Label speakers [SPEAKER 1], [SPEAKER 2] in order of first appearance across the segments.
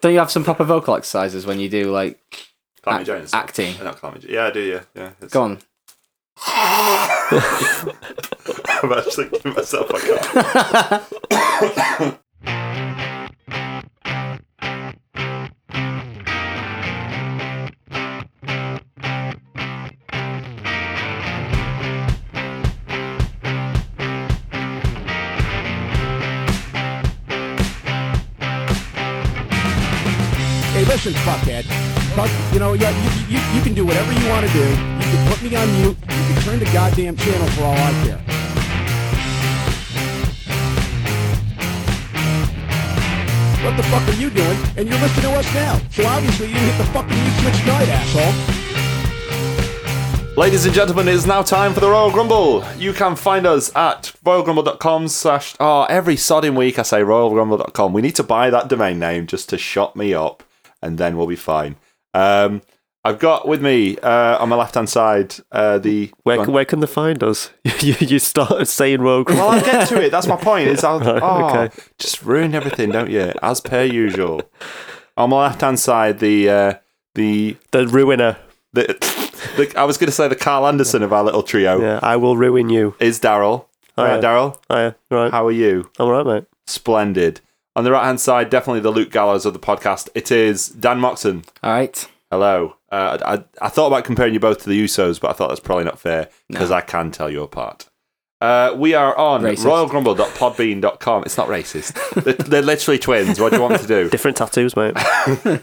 [SPEAKER 1] Don't you have some proper vocal exercises when you do like
[SPEAKER 2] Calamity
[SPEAKER 1] Act-
[SPEAKER 2] Jane and stuff.
[SPEAKER 1] acting?
[SPEAKER 2] Uh, Not Calamity Jane. Yeah, I do, yeah. yeah it's-
[SPEAKER 1] Go on.
[SPEAKER 2] I'm actually giving myself a cup.
[SPEAKER 3] Hey, listen, fuckhead. Fuck, you know, yeah, you, you, you can do whatever you want to do. You can put me on mute. You can turn the goddamn channel for all I care. What the fuck are you doing? And you're listening to us now. So obviously you didn't hit the fucking mute switch tonight, asshole.
[SPEAKER 2] Ladies and gentlemen, it is now time for the Royal Grumble. You can find us at royalgrumble.com slash... Oh, every sodding week I say royalgrumble.com. We need to buy that domain name just to shut me up, and then we'll be fine. Um, I've got with me, uh, on my left-hand side, uh, the...
[SPEAKER 4] Where,
[SPEAKER 2] Go on.
[SPEAKER 4] where can they find us? you, you start saying rogue.
[SPEAKER 2] Well, Oh, I'll get to it. That's my point. Is I'll
[SPEAKER 4] Right,
[SPEAKER 2] oh,
[SPEAKER 4] okay.
[SPEAKER 2] just ruin everything, don't you? As per usual. On my left hand side, the uh, the
[SPEAKER 4] the ruiner.
[SPEAKER 2] the, the I was going to say the Carl Anderson of our little trio
[SPEAKER 4] Yeah, I will ruin you.
[SPEAKER 2] is Daryl. All right,
[SPEAKER 4] Hiya.
[SPEAKER 2] Daryl.
[SPEAKER 4] Oh, yeah, right.
[SPEAKER 2] How are you?
[SPEAKER 4] I'm all right, mate.
[SPEAKER 2] Splendid. On the right hand side, definitely the Luke Gallows of the podcast. It is Dan Moxon.
[SPEAKER 1] All right.
[SPEAKER 2] Hello. Uh, I, I- I thought about comparing you both to the Usos, but I thought that's probably not fair because I can tell you apart. Uh, we are on
[SPEAKER 1] Racist.
[SPEAKER 2] royalgrumble.podbean.com. It's not racist. they're, they're literally twins. What do you want me to do?
[SPEAKER 4] Different tattoos, mate.
[SPEAKER 2] Uh,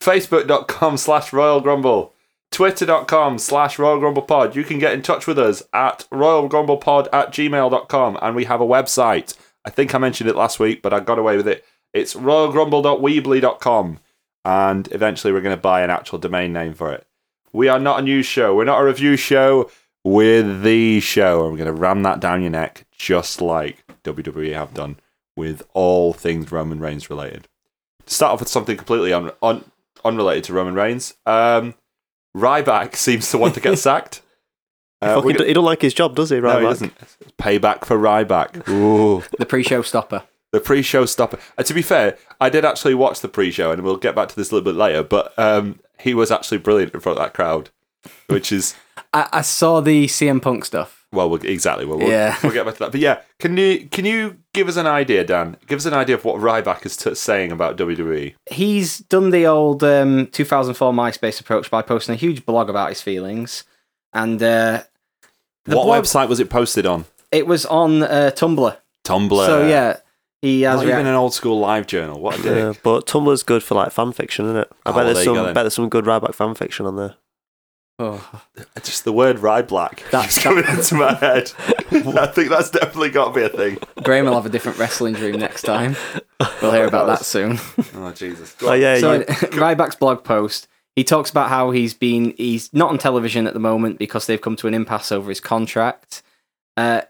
[SPEAKER 2] Facebook.com slash Royal Grumble. Twitter.com slash Royal Grumble Pod. You can get in touch with us at royalgrumblepod at gmail.com. And we have a website. I think I mentioned it last week, but I got away with it. It's royalgrumble.weebly.com. And eventually we're going to buy an actual domain name for it. We are not a news show. We're not a review show. We're the show. And we're going to ram that down your neck, just like WWE have done with all things Roman Reigns related. To start off with something completely un- un- unrelated to Roman Reigns, um, Ryback seems to want to get sacked. Uh,
[SPEAKER 4] Fucking
[SPEAKER 2] we're
[SPEAKER 4] d-
[SPEAKER 2] go-
[SPEAKER 4] he don't like his job, does he? Right,
[SPEAKER 2] no, he doesn't. Payback for Ryback. Ooh.
[SPEAKER 1] The pre-show stopper.
[SPEAKER 2] The pre-show stopper. Uh, to be fair, I did actually watch the pre-show, and we'll get back to this a little bit later. But um, he was actually brilliant in front of that crowd, which is
[SPEAKER 1] I, I saw the CM Punk stuff.
[SPEAKER 2] well, we'll exactly. We'll, we'll,
[SPEAKER 1] Yeah.
[SPEAKER 2] we'll get back to that. But yeah, can you can you give us an idea, Dan? Give us an idea of what Ryback is t- saying about E. WWE.
[SPEAKER 1] He's done the old um, 2004 MySpace approach by posting a huge blog about his feelings, and uh, The
[SPEAKER 2] what
[SPEAKER 1] blog-
[SPEAKER 2] website was it posted on?
[SPEAKER 1] it was on uh, Tumblr.
[SPEAKER 2] Tumblr.
[SPEAKER 1] So yeah, he has
[SPEAKER 2] Not even
[SPEAKER 1] react-
[SPEAKER 2] an old school live journal. What a dick.
[SPEAKER 4] Yeah, but Tumblr's good for like fan fiction, isn't it? I
[SPEAKER 2] Oh,
[SPEAKER 4] bet
[SPEAKER 2] there
[SPEAKER 4] there's
[SPEAKER 2] you
[SPEAKER 4] some
[SPEAKER 2] go then.
[SPEAKER 4] bet there's some good Ryback fan fiction on there.
[SPEAKER 1] oh,
[SPEAKER 2] Just the word Ryblack
[SPEAKER 1] That's-
[SPEAKER 2] keeps coming into my head. I think that's definitely got to be a thing.
[SPEAKER 1] Graham will have a different wrestling dream next time. We'll hear about that soon.
[SPEAKER 2] Oh Jesus!
[SPEAKER 4] Oh yeah,
[SPEAKER 1] so
[SPEAKER 4] you-
[SPEAKER 1] Ryback's blog post, he talks about how he's been he's not on television at the moment because they've come to an impasse over his contract. Uh,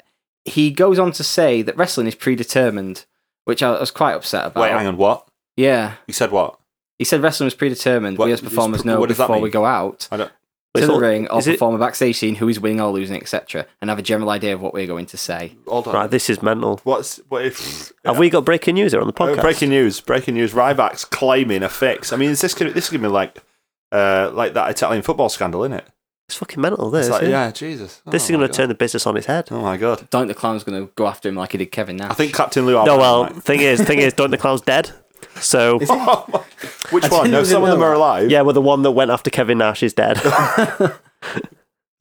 [SPEAKER 1] he goes on to say that wrestling is predetermined, which I was quite upset about.
[SPEAKER 2] Wait, hang on. What
[SPEAKER 1] Yeah,
[SPEAKER 2] you said? What?
[SPEAKER 1] he said wrestling was predetermined.
[SPEAKER 2] What-
[SPEAKER 1] we as performers
[SPEAKER 2] it's-
[SPEAKER 1] know
[SPEAKER 2] what does that
[SPEAKER 1] before
[SPEAKER 2] mean?
[SPEAKER 1] we go out
[SPEAKER 2] I don't.
[SPEAKER 1] to
[SPEAKER 4] It's
[SPEAKER 1] the
[SPEAKER 4] all-
[SPEAKER 1] ring or
[SPEAKER 4] is it-
[SPEAKER 1] perform a backstage scene, who is winning or losing, etc., and have a general idea of what we're going to say.
[SPEAKER 2] Hold on.
[SPEAKER 4] right, this is mental.
[SPEAKER 2] What's what if?
[SPEAKER 4] Have we got breaking news here on the
[SPEAKER 2] Oh,
[SPEAKER 4] podcast?
[SPEAKER 2] breaking news! Breaking news! Ryback's claiming a fix. I mean, is this gonna, this is gonna be like uh, like that Italian football scandal, isn't it?
[SPEAKER 4] It's fucking mental. This.
[SPEAKER 2] It's like,
[SPEAKER 4] isn't it?
[SPEAKER 2] yeah, Jesus. Oh,
[SPEAKER 4] This is
[SPEAKER 2] my
[SPEAKER 4] going to
[SPEAKER 2] God.
[SPEAKER 4] turn the business on its head.
[SPEAKER 2] Oh my god!
[SPEAKER 1] Don't the clown's going to go after him like he did Kevin Nash?
[SPEAKER 2] I think Captain Lou.
[SPEAKER 4] No,
[SPEAKER 2] Albert
[SPEAKER 4] well,
[SPEAKER 2] might-
[SPEAKER 4] thing is, thing is, don't the clown's dead. So
[SPEAKER 2] Oh my- Which
[SPEAKER 1] I
[SPEAKER 2] one?
[SPEAKER 1] didn't
[SPEAKER 2] No,
[SPEAKER 1] even
[SPEAKER 2] some of
[SPEAKER 1] know
[SPEAKER 2] them are
[SPEAKER 1] that.
[SPEAKER 2] alive.
[SPEAKER 4] yeah, well, the one that went after Kevin Nash is dead.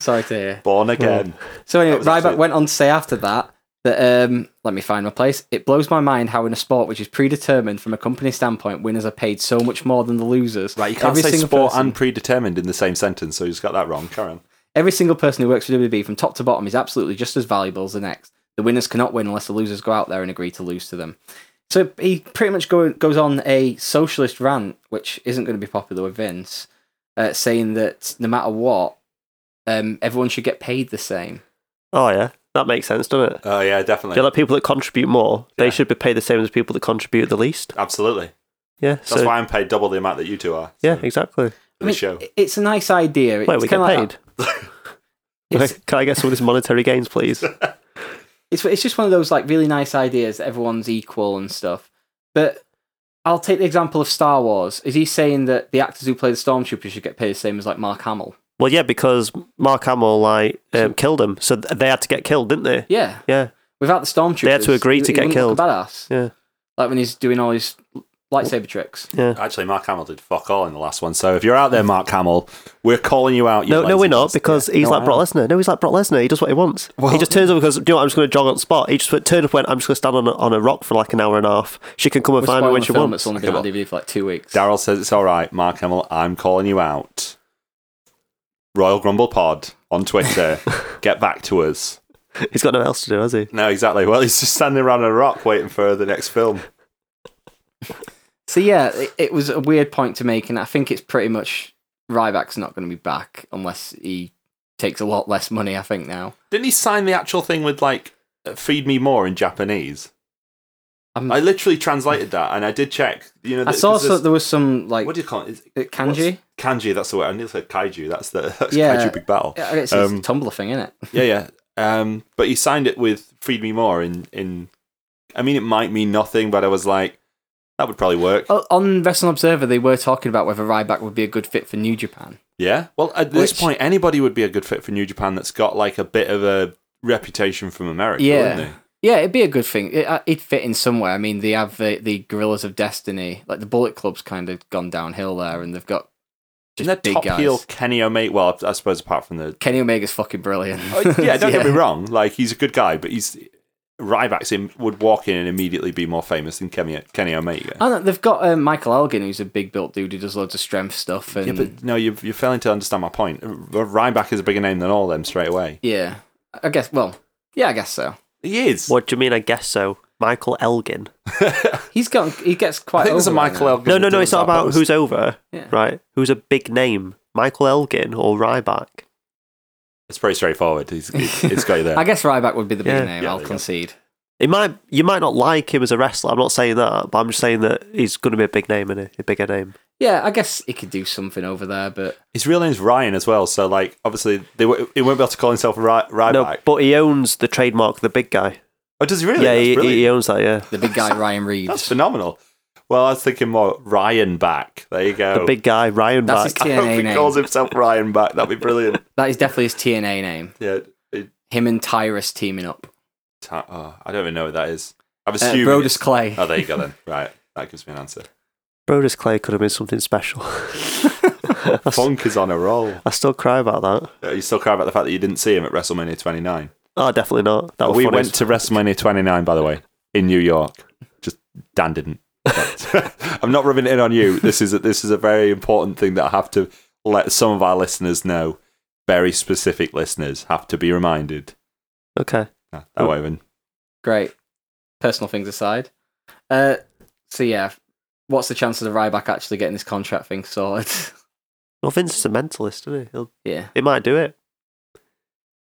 [SPEAKER 1] Sorry to hear.
[SPEAKER 2] Born again.
[SPEAKER 1] So anyway,
[SPEAKER 2] was actually-
[SPEAKER 1] Ryback went on to say after that that um, let me find my place. It blows my mind how in a sport which is predetermined from a company standpoint, winners are paid so much more than the losers.
[SPEAKER 2] Right, you can't
[SPEAKER 1] every
[SPEAKER 2] say
[SPEAKER 1] single
[SPEAKER 2] sport
[SPEAKER 1] person,
[SPEAKER 2] and predetermined in the same sentence, so you just got that wrong. Karen.
[SPEAKER 1] every single person who works for WWE from top to bottom is absolutely just as valuable as the next. The winners cannot win unless the losers go out there and agree to lose to them. So he pretty much go, goes on a socialist rant, which isn't going to be popular with Vince, uh, saying that no matter what, um, everyone should get paid the same.
[SPEAKER 4] oh yeah, that makes sense, doesn't it?
[SPEAKER 2] Oh yeah, definitely.
[SPEAKER 4] They're like people that contribute more. They
[SPEAKER 2] Yeah.
[SPEAKER 4] should be paid the same as people that contribute the least.
[SPEAKER 2] Absolutely.
[SPEAKER 4] Yeah,
[SPEAKER 2] That's
[SPEAKER 4] so
[SPEAKER 2] why I'm paid double the amount that you two are.
[SPEAKER 4] yeah, exactly.
[SPEAKER 2] For
[SPEAKER 1] I
[SPEAKER 2] the
[SPEAKER 1] mean,
[SPEAKER 2] show.
[SPEAKER 1] i- It's a nice idea. It's
[SPEAKER 4] Wait, we get
[SPEAKER 1] kinda like-
[SPEAKER 4] paid.
[SPEAKER 1] It's,
[SPEAKER 4] Can I get some of this monetary gains, please?
[SPEAKER 1] it's it's just one of those like really nice ideas. That everyone's equal and stuff. But I'll take the example of Star Wars. Is he saying that the actors who play the stormtroopers should get paid the same as like Mark Hamill?
[SPEAKER 4] Well, yeah, because Mark Hamill like um, killed him, so th- they had to get killed, didn't they?
[SPEAKER 1] Yeah.
[SPEAKER 4] Yeah,
[SPEAKER 1] Without the stormtroopers,
[SPEAKER 4] had to agree
[SPEAKER 1] he-
[SPEAKER 4] to
[SPEAKER 1] he
[SPEAKER 4] get
[SPEAKER 1] wouldn't look a badass.
[SPEAKER 4] yeah,
[SPEAKER 1] Like when he's doing all his lightsaber tricks.
[SPEAKER 4] yeah.
[SPEAKER 2] Actually, Mark Hamill did fuck all in the last one. So if you're out there, Mark Hamill, we're calling you out. you
[SPEAKER 4] No, no, we're
[SPEAKER 2] lazy
[SPEAKER 4] not
[SPEAKER 2] bastard.
[SPEAKER 4] because he's
[SPEAKER 1] no,
[SPEAKER 4] like
[SPEAKER 1] I
[SPEAKER 4] Brock Lesnar. No, he's like Brock Lesnar. He does what he wants. he just turns up because do you know what, I'm just going to jog on the spot. He just went- turned up and went I'm just going to stand on a, on a rock for like an hour and a half. She can come and
[SPEAKER 1] We're
[SPEAKER 4] find me
[SPEAKER 1] spoiling
[SPEAKER 4] when
[SPEAKER 1] the
[SPEAKER 4] she
[SPEAKER 1] film
[SPEAKER 4] wants.
[SPEAKER 1] that's only been on DVD for like two weeks.
[SPEAKER 2] Daryl says it's all right. Mark Hamill, I'm calling you out. Royal Grumble Pod on Twitter. Get back to us.
[SPEAKER 4] He's got nothing else to do, has he?
[SPEAKER 2] No, exactly. Well, he's just standing around on a rock waiting for the next film.
[SPEAKER 1] So yeah, it, it was a weird point to make, and I think it's pretty much Ryback's not going to be back unless he takes a lot less money. I think now.
[SPEAKER 2] Didn't he sign the actual thing with like uh, "feed me more" in Japanese?
[SPEAKER 1] I'm,
[SPEAKER 2] I
[SPEAKER 1] I,
[SPEAKER 2] literally translated that, and I did check. You know, the-
[SPEAKER 1] Um, saw
[SPEAKER 2] 'cause
[SPEAKER 1] so,
[SPEAKER 2] there's-
[SPEAKER 1] there was some like
[SPEAKER 2] What do you call it? Is-
[SPEAKER 1] uh, kanji.
[SPEAKER 2] what's- Kanji. That's the way. I nearly said kaiju. That's the that's
[SPEAKER 1] Yeah.
[SPEAKER 2] kaiju big battle.
[SPEAKER 1] Yeah, It's,
[SPEAKER 2] Um,
[SPEAKER 1] it's a Tumblr thing, isn't it?
[SPEAKER 2] Yeah, yeah. Um, but he signed it with "Feed Me More" in in. I mean, it might mean nothing, but I was like, that would probably work.
[SPEAKER 1] Oh, On Wrestling Observer, they were talking about whether Ryback would be a good fit for New Japan.
[SPEAKER 2] Yeah. Well, at this
[SPEAKER 1] Which-
[SPEAKER 2] point, anybody would be a good fit for New Japan that's got like a bit of a reputation from America, wouldn't
[SPEAKER 1] Yeah,
[SPEAKER 2] they?
[SPEAKER 1] yeah, it'd be a good thing. It, uh, it'd fit in somewhere. I mean, they have the the Gorillas of Destiny, like the Bullet Club's kind of gone downhill there, and they've got just
[SPEAKER 2] And their
[SPEAKER 1] big
[SPEAKER 2] top
[SPEAKER 1] guys.
[SPEAKER 2] heel Kenny Omega. Well, I suppose apart from the.
[SPEAKER 1] Kenny Omega's fucking brilliant.
[SPEAKER 2] Oh, yeah, don't get me wrong. Like he's a good guy, but he's Ryback's him would walk in and immediately be more famous than Kenny, Kenny Omega.
[SPEAKER 1] I don't know, they've got um, Michael Elgin, who's a big built dude who does loads of strength stuff, and
[SPEAKER 2] yeah,
[SPEAKER 1] yeah,
[SPEAKER 2] but no, you're, you're failing to understand my point. R- Ryback is a bigger name than all of them straight away.
[SPEAKER 1] I guess. Well, yeah, I guess so.
[SPEAKER 2] He is.
[SPEAKER 4] What do you mean? I guess so. Michael Elgin.
[SPEAKER 1] He's got he gets quite.
[SPEAKER 2] I think there's a
[SPEAKER 1] over right
[SPEAKER 2] Michael
[SPEAKER 1] now.
[SPEAKER 2] Elgin.
[SPEAKER 4] No, no,
[SPEAKER 2] that
[SPEAKER 4] no.
[SPEAKER 2] does
[SPEAKER 4] It's not
[SPEAKER 2] that, but
[SPEAKER 4] about
[SPEAKER 2] was-
[SPEAKER 4] who's over,
[SPEAKER 1] Yeah.
[SPEAKER 4] right? Who's a big name? Michael Elgin or Ryback?
[SPEAKER 2] It's pretty straightforward. He's, it's it's got you there.
[SPEAKER 1] I guess Ryback would be the big
[SPEAKER 4] Yeah.
[SPEAKER 1] name.
[SPEAKER 2] Yeah,
[SPEAKER 1] I'll
[SPEAKER 2] there you go.
[SPEAKER 1] concede.
[SPEAKER 4] It might you might not like him as a wrestler. I'm not saying that, but I'm just saying that he's going to be a big name and a bigger name.
[SPEAKER 1] Yeah, I guess he could do something over there, but
[SPEAKER 2] His real name's Ryan as well. So like, obviously, they w- he won't be able to call himself Ry- Ryback.
[SPEAKER 4] No, but he owns the trademark, the big guy.
[SPEAKER 2] oh, does he really?
[SPEAKER 4] yeah,
[SPEAKER 2] That's
[SPEAKER 4] he,
[SPEAKER 2] brilliant.
[SPEAKER 4] he owns that. Yeah,
[SPEAKER 1] the big guy Ryan Reeves.
[SPEAKER 2] That's phenomenal. Well, I was thinking more Ryan back. There you go.
[SPEAKER 4] the big guy Ryan
[SPEAKER 1] That's his
[SPEAKER 4] Back.
[SPEAKER 2] I
[SPEAKER 1] TNA
[SPEAKER 2] hope he
[SPEAKER 1] name.
[SPEAKER 2] calls himself Ryan back. That'd be brilliant.
[SPEAKER 1] That is definitely his TNA name.
[SPEAKER 2] yeah. it-
[SPEAKER 1] Him and Tyrus teaming up.
[SPEAKER 2] ta- oh, I don't even know what that is. I've
[SPEAKER 1] Uh,
[SPEAKER 2] assumed.
[SPEAKER 1] Brodus Clay.
[SPEAKER 2] oh, there you go then. Right. That gives me an answer.
[SPEAKER 4] Brodus Clay could have been something special. I
[SPEAKER 2] Funk is on a roll.
[SPEAKER 4] still cry about that.
[SPEAKER 2] Uh, You still cry about the fact that you didn't see him at WrestleMania 29.
[SPEAKER 4] Oh, definitely not. That was
[SPEAKER 2] we
[SPEAKER 4] funny.
[SPEAKER 2] went to WrestleMania 29, by the way, in New York. Just Dan didn't. I'm not rubbing it in on you. This is a, this is a very important thing that I have to let some of our listeners know. Very specific listeners have to be reminded.
[SPEAKER 4] Okay.
[SPEAKER 2] Nah, that won't even.
[SPEAKER 1] Great. Personal things aside. Uh, so yeah, what's the chances of Ryback actually getting this contract thing sorted?
[SPEAKER 4] Well, Vince is a mentalist, isn't he? He'll,
[SPEAKER 1] yeah.
[SPEAKER 4] he might do it.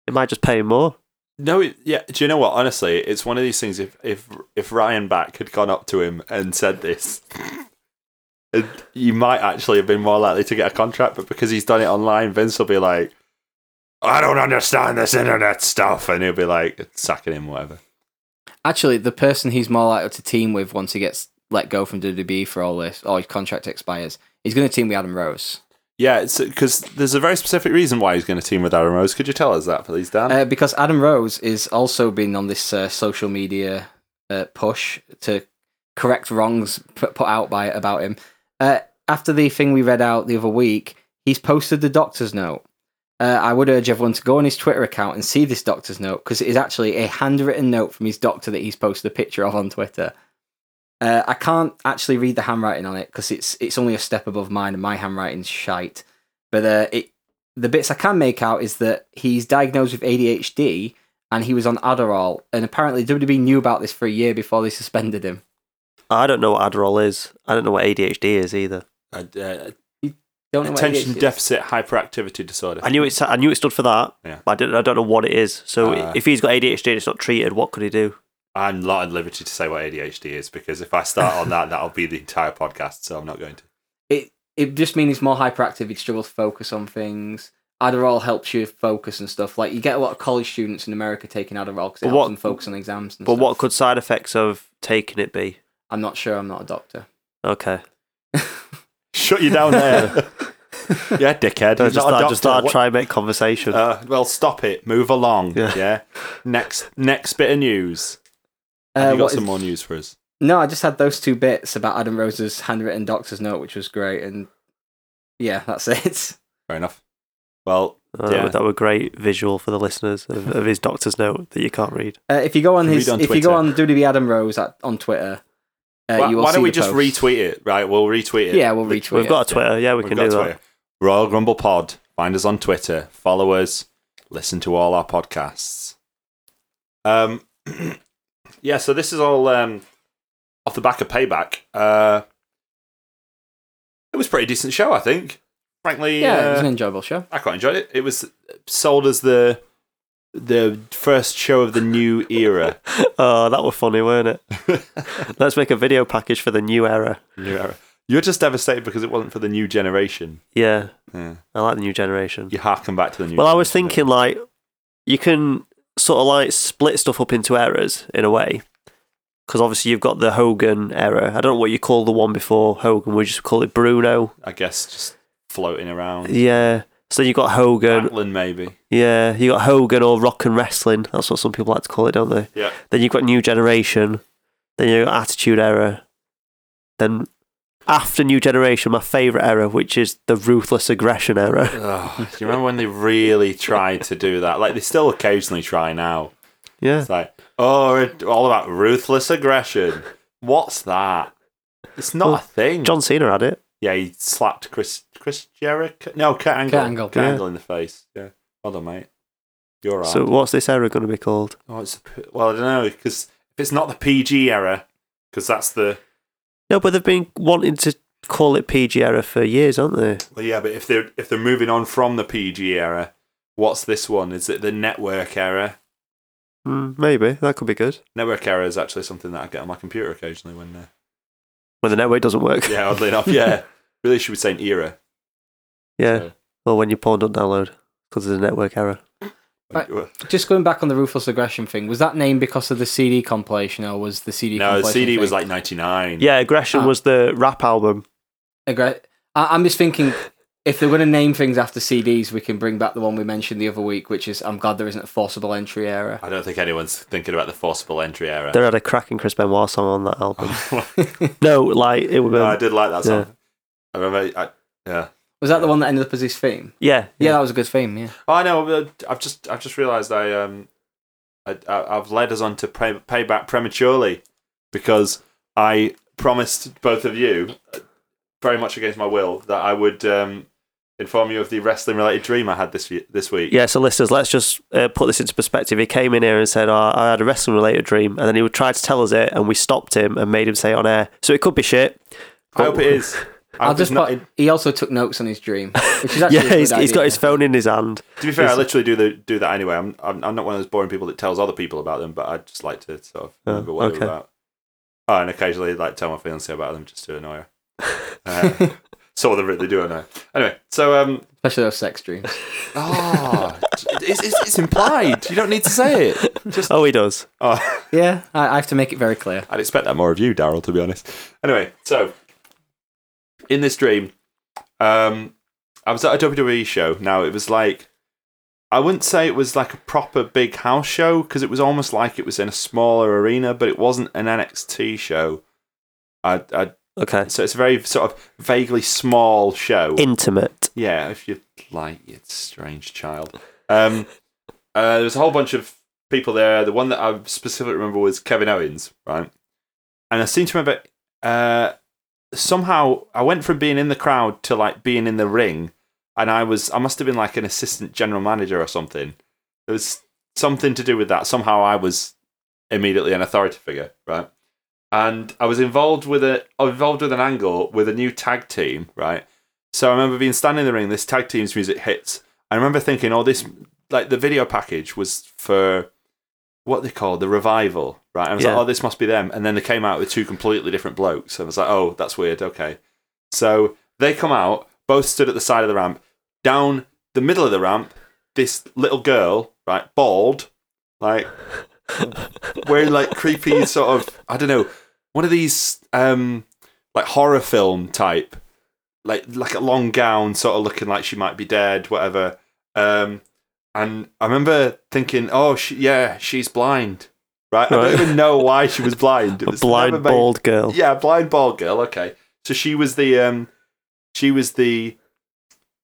[SPEAKER 4] It might just pay him more.
[SPEAKER 2] No, it- yeah. Do you know what? Honestly, it's one of these things. If if if Ryan back had gone up to him and said this, it- you might actually have been more likely to get a contract. But because he's done it online, Vince will be like, "I don't understand this internet stuff," and he'll be like, "Sacking him, whatever."
[SPEAKER 1] Actually, the person he's more likely to team with once he gets let go from WWE for all this, or his contract expires, he's going to team with Adam Rose.
[SPEAKER 2] Yeah, it's because there's a very specific reason why he's going to team with Aaron Rose. Could you tell us that, please, Dan?
[SPEAKER 1] Uh, because Adam Rose is also been on this uh, social media uh, push to correct wrongs put, put out by about him. Uh, after the thing we read out the other week, he's posted the doctor's note. Uh, I would urge everyone to go on his Twitter account and see this doctor's note because it is actually a handwritten note from his doctor that he's posted a picture of on Twitter. Uh, I can't actually read the handwriting on it because it's it's only a step above mine and my handwriting's shite. But uh, it the bits I can make out is that he's diagnosed with ADHD and he was on Adderall. And apparently WWE knew about this for a year before they suspended him.
[SPEAKER 4] I don't know what Adderall is. I don't know what ADHD is either.
[SPEAKER 1] Don't uh, know what ADHD
[SPEAKER 2] attention
[SPEAKER 1] is.
[SPEAKER 2] deficit hyperactivity disorder.
[SPEAKER 4] I knew it. I knew it stood for that.
[SPEAKER 2] Yeah.
[SPEAKER 4] But I don't. I don't know what it is. So
[SPEAKER 2] Uh,
[SPEAKER 4] if he's got ADHD and it's not treated, what could he do?
[SPEAKER 2] I'm not at liberty to say what ADHD is because if I start on that, that'll be the entire podcast. So I'm not going to.
[SPEAKER 1] It, it just means he's more hyperactive. He struggles to focus on things. Adderall helps you focus and stuff. Like you get a lot of college students in America taking Adderall because it
[SPEAKER 4] But
[SPEAKER 1] helps
[SPEAKER 4] what-
[SPEAKER 1] them focus on exams. And
[SPEAKER 4] But
[SPEAKER 1] stuff.
[SPEAKER 4] what could side effects of taking it be?
[SPEAKER 1] I'm not sure. I'm not a doctor.
[SPEAKER 4] Okay.
[SPEAKER 2] Shut you down there. yeah, dickhead.
[SPEAKER 4] I
[SPEAKER 2] He's
[SPEAKER 4] just
[SPEAKER 2] not a
[SPEAKER 4] thought,
[SPEAKER 2] doctor.
[SPEAKER 4] just thought I'd
[SPEAKER 2] What-
[SPEAKER 4] try and make conversation.
[SPEAKER 2] Uh, well, stop it. Move along. Yeah.
[SPEAKER 4] Yeah.
[SPEAKER 2] Next, next bit of news. Have
[SPEAKER 1] Uh,
[SPEAKER 2] you got
[SPEAKER 1] what
[SPEAKER 2] some
[SPEAKER 1] is-
[SPEAKER 2] more news for us?
[SPEAKER 1] No, I just had those two bits about Adam Rose's handwritten doctor's note, which was great, and yeah, that's it.
[SPEAKER 2] Fair enough. Well,
[SPEAKER 4] Uh,
[SPEAKER 2] yeah.
[SPEAKER 4] That were great visual for the listeners of, of his doctor's note that you can't read.
[SPEAKER 1] Uh, if you go on
[SPEAKER 2] Read
[SPEAKER 1] his,
[SPEAKER 2] on
[SPEAKER 1] if you go
[SPEAKER 2] Twitter.
[SPEAKER 1] on WWE Adam Rose at, on Twitter, uh,
[SPEAKER 2] why,
[SPEAKER 1] you will
[SPEAKER 2] why
[SPEAKER 1] see
[SPEAKER 2] don't we
[SPEAKER 1] the
[SPEAKER 2] just
[SPEAKER 1] post.
[SPEAKER 2] retweet it? Right, we'll retweet it.
[SPEAKER 1] Yeah, we'll
[SPEAKER 2] The-
[SPEAKER 1] retweet.
[SPEAKER 4] We've
[SPEAKER 1] it.
[SPEAKER 4] got a Twitter. Yeah, we
[SPEAKER 2] We've
[SPEAKER 4] can
[SPEAKER 2] got
[SPEAKER 4] do that.
[SPEAKER 2] Twitter. Royal Grumble Pod. Find us on Twitter. Follow us. Listen to all our podcasts. Um, yeah. So this is all um, off the back of Payback. Uh, it was a pretty decent show, I think. Frankly,
[SPEAKER 1] yeah, it
[SPEAKER 2] uh,
[SPEAKER 1] was an enjoyable show.
[SPEAKER 2] I quite enjoyed it. It was sold as the the first show of the new era.
[SPEAKER 4] Oh, that were funny, weren't it? Let's make a video package for the new era.
[SPEAKER 2] new era. You're just devastated because it wasn't for the new generation.
[SPEAKER 4] Yeah,
[SPEAKER 2] Yeah.
[SPEAKER 4] I like the new generation.
[SPEAKER 2] You harken back to the new.
[SPEAKER 4] Well, I was
[SPEAKER 2] generation.
[SPEAKER 4] thinking like you can sort of like split stuff up into eras in a way, because obviously you've got the Hogan era. I don't know what you call the one before Hogan. We just call it Bruno.
[SPEAKER 2] I guess just floating around.
[SPEAKER 4] Yeah. So you got Hogan.
[SPEAKER 2] Atlin, maybe.
[SPEAKER 4] Yeah, you got Hogan or Rock and Wrestling. That's what some people like to call it, don't they?
[SPEAKER 2] Yeah.
[SPEAKER 4] Then you've got New Generation. Then you've got Attitude Era. Then after New Generation, my favourite era, which is the Ruthless Aggression era.
[SPEAKER 2] do you remember when they really tried to do that? Like they still occasionally try now.
[SPEAKER 4] Yeah.
[SPEAKER 2] It's like, oh, it- all about ruthless aggression. What's that? It's not
[SPEAKER 4] Well,
[SPEAKER 2] a thing.
[SPEAKER 4] John Cena had it.
[SPEAKER 2] Yeah, he slapped Chris Chris Jericho. No, Kurt Angle.
[SPEAKER 1] Kurt Angle.
[SPEAKER 2] Kurt
[SPEAKER 1] Yeah.
[SPEAKER 2] Angle in the face. Yeah. Well done, mate. You're right.
[SPEAKER 4] So what's this era going to be called?
[SPEAKER 2] oh, it's a p- well, I don't know because if it's not the PG era, because that's the
[SPEAKER 4] No, but they've been wanting to call it PG era for years, aren't they?
[SPEAKER 2] well, yeah. But if they're if they're moving on from the PG era, what's this one? Is it the network era?
[SPEAKER 4] Mm, maybe. That could be good.
[SPEAKER 2] Network era is actually something that I get on my computer occasionally when. Uh,
[SPEAKER 4] When the network doesn't work.
[SPEAKER 2] yeah, oddly enough, yeah. Really, should be saying era.
[SPEAKER 4] Yeah.
[SPEAKER 2] So-
[SPEAKER 4] Well, when your porn don't download because of the network error.
[SPEAKER 1] Right. Just going back on the ruthless aggression thing, was that named because of the CD compilation, or was the CD?
[SPEAKER 2] No, the
[SPEAKER 1] compilation
[SPEAKER 2] CD was
[SPEAKER 1] thing-
[SPEAKER 2] like ninety nine.
[SPEAKER 4] Yeah, Aggression
[SPEAKER 1] Ah.
[SPEAKER 4] was the rap album.
[SPEAKER 1] Aggre- I- I'm just thinking if they're going to name things after CDs, we can bring back the one we mentioned the other week, which is I'm glad there isn't a forcible entry error.
[SPEAKER 2] I don't think anyone's thinking about the forcible entry era.
[SPEAKER 4] They had a cracking Chris Benoit song on that album. No, like it would be.
[SPEAKER 2] No, I did like that song.
[SPEAKER 4] Yeah.
[SPEAKER 2] I remember. I, yeah.
[SPEAKER 1] Was that the one that ended up as his theme?
[SPEAKER 4] Yeah,
[SPEAKER 1] Yeah, that was a good theme. Yeah,
[SPEAKER 2] Oh, I know. but I've just I've just realised I um I, I I've led us on to pay, pay back prematurely because I promised both of you uh, very much against my will that I would um inform you of the wrestling related dream I had this ye- this week.
[SPEAKER 4] Yeah, so listeners, let's just uh, put this into perspective. He came in here and said, oh, I had a wrestling related dream, and then he would try to tell us it, and we stopped him and made him say it on air. So it could be shit.
[SPEAKER 2] I hope it is. I
[SPEAKER 1] I'll
[SPEAKER 2] hope it's
[SPEAKER 1] just.
[SPEAKER 2] not
[SPEAKER 1] put-
[SPEAKER 2] in-
[SPEAKER 1] he also took notes on his dream, which is actually a
[SPEAKER 4] Yeah,
[SPEAKER 1] good
[SPEAKER 4] he's, he's got
[SPEAKER 1] idea.
[SPEAKER 4] his phone in his hand.
[SPEAKER 2] to be fair, I literally do the, do that anyway. I'm, I'm I'm not one of those boring people that tells other people about them, but I just like to sort of
[SPEAKER 4] Oh,
[SPEAKER 2] remember what
[SPEAKER 4] okay.
[SPEAKER 2] they're about. Oh, and occasionally like tell my fiance about them just to annoy her. Uh, sort of they do annoy. Anyway, so um,
[SPEAKER 1] especially those sex dreams.
[SPEAKER 2] Oh, it's, it's, it's implied. You don't need to say it. Just
[SPEAKER 4] Oh, he does.
[SPEAKER 2] oh,
[SPEAKER 1] yeah, I, I have to make it very clear.
[SPEAKER 2] I'd expect that more of you, Daryl. To be honest. Anyway, so in this dream, um, I was at a WWE show. Now it was like I wouldn't say it was like a proper big house show because it was almost like it was in a smaller arena, but it wasn't an NXT show. I, I,
[SPEAKER 4] Okay.
[SPEAKER 2] so it's a very sort of vaguely small show.
[SPEAKER 4] Intimate.
[SPEAKER 2] Yeah, if you like, it's strange child. Um, uh, there's a whole bunch of people there. The one that I specifically remember was Kevin Owens, right? And I seem to remember uh, somehow I went from being in the crowd to like being in the ring, and I was I must have been like an assistant general manager or something. There was something to do with that. Somehow I was immediately an authority figure, right? And I was involved with a involved with an angle with a new tag team, right? So I remember being standing in the ring. This tag team's music hits. I remember thinking, "Oh, this like the video package was for what they call the revival, right?" I was
[SPEAKER 4] Yeah.
[SPEAKER 2] like, "Oh, this must be them." And then they came out with two completely different blokes. I was like, "Oh, that's weird." Okay, so they come out, both stood at the side of the ramp. Down the middle of the ramp, this little girl, right, bald, like wearing like creepy sort of I don't know, one of these um like horror film type, like like a long gown, sort of looking like she might be dead, whatever. Um, and I remember thinking, oh, she, yeah, she's blind, right? I
[SPEAKER 4] Right.
[SPEAKER 2] don't even know why she was blind. It
[SPEAKER 4] A
[SPEAKER 2] was
[SPEAKER 4] blind
[SPEAKER 2] never made-
[SPEAKER 4] bald girl.
[SPEAKER 2] yeah, blind bald girl. Okay, so she was the um, she was the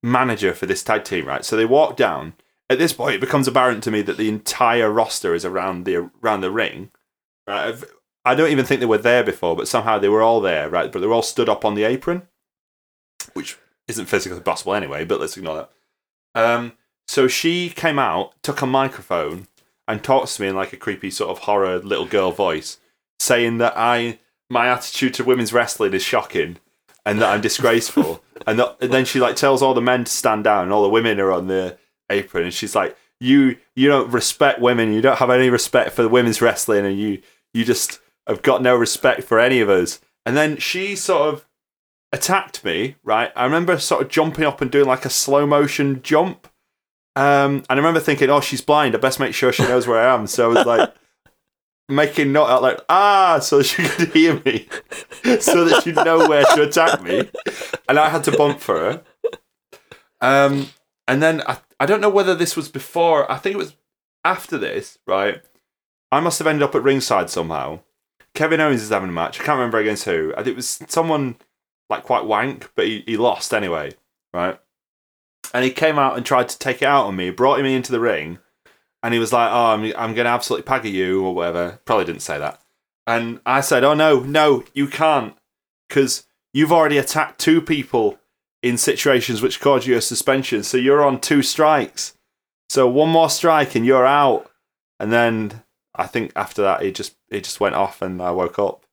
[SPEAKER 2] manager for this tag team, right? So they walk down. At this point, it becomes apparent to me that the entire roster is around the around the ring. Right, I've- I don't even think they were there before, but somehow they were all there, right? But they were all stood up on the apron, which isn't physically possible anyway. But let's ignore that. Um, so she came out, took a microphone, and talks to me in like a creepy sort of horror little girl voice, saying that I my attitude to women's wrestling is shocking and that I'm disgraceful. and, that, and then she like tells all the men to stand down and all the women are on the apron and she's like, You you don't respect women, you don't have any respect for the women's wrestling and you you just have got no respect for any of us. And then she sort of attacked me, right? I remember sort of jumping up and doing like a slow motion jump. Um, and I remember thinking, oh, she's blind. I best make sure she knows where I am. So I was like, making not out like ah so that she could hear me so that she'd know where to attack me and i had to bump for her um and then I, I don't know whether this was before i think it was after this right i must have ended up at ringside somehow kevin owens is having a match i can't remember against who and it was someone like quite wank but he, he lost anyway right and he came out and tried to take it out on me brought him into the ring and he was like, "Oh, I'm, I'm going to absolutely pagger you or whatever." Probably didn't say that. And I said, "Oh no, no, you can't, because you've already attacked two people in situations which caused you a suspension. So you're on two strikes. So one more strike and you're out." And then I think after that, he just he just went off, and I woke up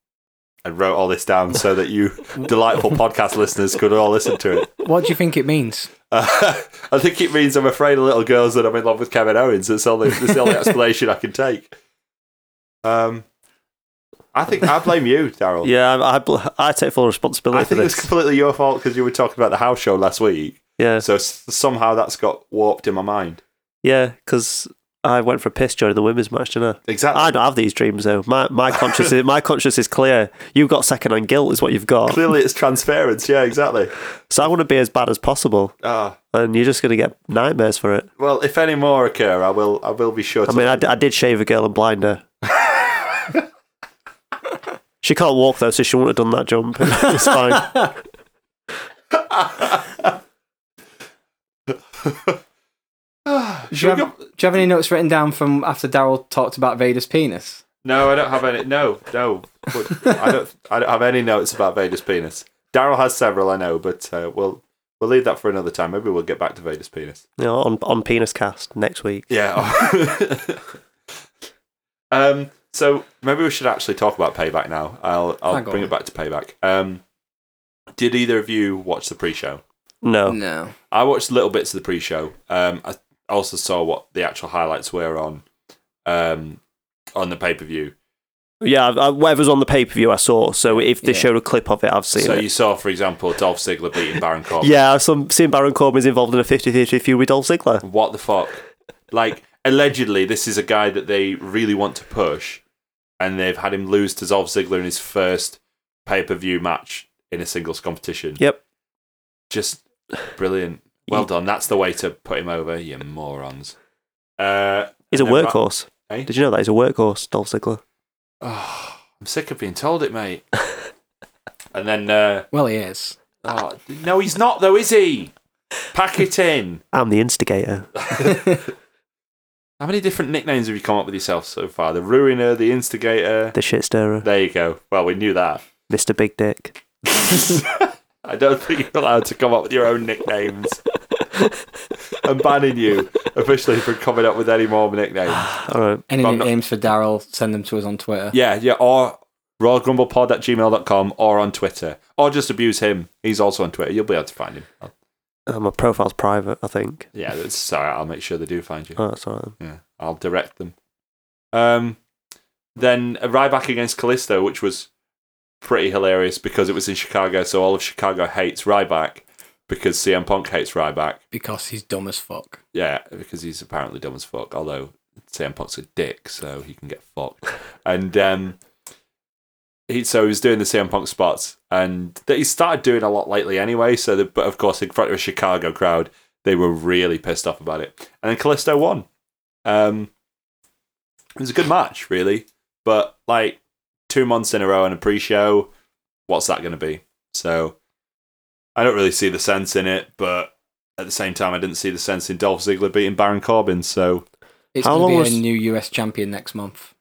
[SPEAKER 2] and wrote all this down so that you delightful podcast listeners could all listen to it.
[SPEAKER 1] What do you think it means?
[SPEAKER 2] Uh, I think it means I'm afraid of little girls that I'm in love with Kevin Owens. That's all the, that's the only explanation I can take. Um, I think I blame you, Daryl.
[SPEAKER 4] Yeah, I, I, bl- I take full responsibility
[SPEAKER 2] I
[SPEAKER 4] for
[SPEAKER 2] think it's
[SPEAKER 4] this.
[SPEAKER 2] completely your fault because you were talking about the house show last week.
[SPEAKER 4] Yeah,
[SPEAKER 2] So s- somehow that's got warped in my mind.
[SPEAKER 4] yeah, because I went for a piss during the women's match, didn't I?
[SPEAKER 2] Exactly.
[SPEAKER 4] I don't have these dreams though. My my conscience is my conscience is clear. You've got second hand guilt, is what you've got.
[SPEAKER 2] Clearly, it's transference. Yeah, exactly.
[SPEAKER 4] So I want to be as bad as possible,
[SPEAKER 2] Ah,
[SPEAKER 4] and you're just going to get nightmares for it.
[SPEAKER 2] well, if any more occur, I will. I will be sure. To
[SPEAKER 4] I mean, I, d- I did shave a girl and blind her. she can't walk though, so she wouldn't have done that jump. it's fine.
[SPEAKER 2] Ah,
[SPEAKER 1] Do you, have, do you have any notes written down from after Daryl talked about Vader's penis?
[SPEAKER 2] No, I don't have any. No, no. But I don't. I don't have any notes about Vader's penis. Daryl has several, I know, but uh, we'll we'll leave that for another time. Maybe we'll get back to Vader's penis.
[SPEAKER 4] You know, on on penis cast next week.
[SPEAKER 2] Yeah. um. So maybe we should actually talk about payback now. I'll I'll
[SPEAKER 1] Hang on.
[SPEAKER 2] bring it back to payback. Um. Did either of you watch the pre-show?
[SPEAKER 4] No,
[SPEAKER 1] No.
[SPEAKER 2] I watched little bits of the pre-show. Um, I also saw what the actual highlights were on, um, on the pay-per-view.
[SPEAKER 4] yeah, I, I, whatever's on the pay per view I saw. So if they
[SPEAKER 1] Yeah.
[SPEAKER 4] showed a clip of it, I've seen
[SPEAKER 2] So
[SPEAKER 4] it.
[SPEAKER 2] you saw, for example, Dolph Ziggler beating Baron Corbin.
[SPEAKER 4] yeah, some seeing Baron Corbin's involved in a 50-50 feud with Dolph Ziggler.
[SPEAKER 2] What the fuck? Like, allegedly, this is a guy that they really want to push, and they've had him lose to Zolf Ziggler in his first pay per view match in a singles competition.
[SPEAKER 4] Yep.
[SPEAKER 2] Just brilliant. Well
[SPEAKER 4] You-
[SPEAKER 2] done. That's the way to put him over, you morons. Uh,
[SPEAKER 4] He's a
[SPEAKER 2] and then Ra-
[SPEAKER 4] workhorse.
[SPEAKER 2] Eh?
[SPEAKER 4] Did you know that he's a workhorse, Dolph Ziggler?
[SPEAKER 2] Oh, I'm sick of being told it, mate. and then, uh,
[SPEAKER 1] Well, he is.
[SPEAKER 2] oh, no, he's not, though, is he? Pack it in.
[SPEAKER 4] I'm the instigator.
[SPEAKER 2] How many different nicknames have you come up with yourself so far? The Ruiner, the Instigator.
[SPEAKER 4] The shit stirrer.
[SPEAKER 2] There you go. Well, we knew that.
[SPEAKER 4] Mr. Big Dick.
[SPEAKER 2] I don't think you're allowed to come up with your own nicknames. I'm banning you officially from coming up with any more nicknames.
[SPEAKER 4] All right.
[SPEAKER 1] Any
[SPEAKER 2] But I'm not-
[SPEAKER 1] nicknames for Daryl, send them to us on Twitter.
[SPEAKER 2] Yeah, yeah, or rawgrumblepod at gmail.com or on Twitter. Or just abuse him. He's also on Twitter. You'll be able to find him.
[SPEAKER 4] Uh, my profile's private, I think.
[SPEAKER 2] Yeah, that's sorry. I'll make sure they do find you.
[SPEAKER 4] Oh, that's all right.
[SPEAKER 2] Yeah, I'll direct them. Um, then uh, Ryback against Callisto, which was pretty hilarious because it was in Chicago, so all of Chicago hates Ryback because CM Punk hates Ryback.
[SPEAKER 1] Because he's dumb as fuck.
[SPEAKER 2] Yeah, because he's apparently dumb as fuck. Although CM Punk's a dick, so he can get fucked. And um, he so he was doing the CM Punk spots, and that he started doing a lot lately anyway. So, the, but of course, in front of a Chicago crowd, they were really pissed off about it. And then Callisto won. Um, it was a good match, really, but like two months in a row and a pre-show, what's that going to be? So, I don't really see the sense in it, but at the same time, I didn't see the sense in Dolph Ziggler beating Baron Corbin. So,
[SPEAKER 1] It's
[SPEAKER 4] How
[SPEAKER 1] going to
[SPEAKER 4] long
[SPEAKER 1] be
[SPEAKER 4] was-
[SPEAKER 1] a new US champion next month.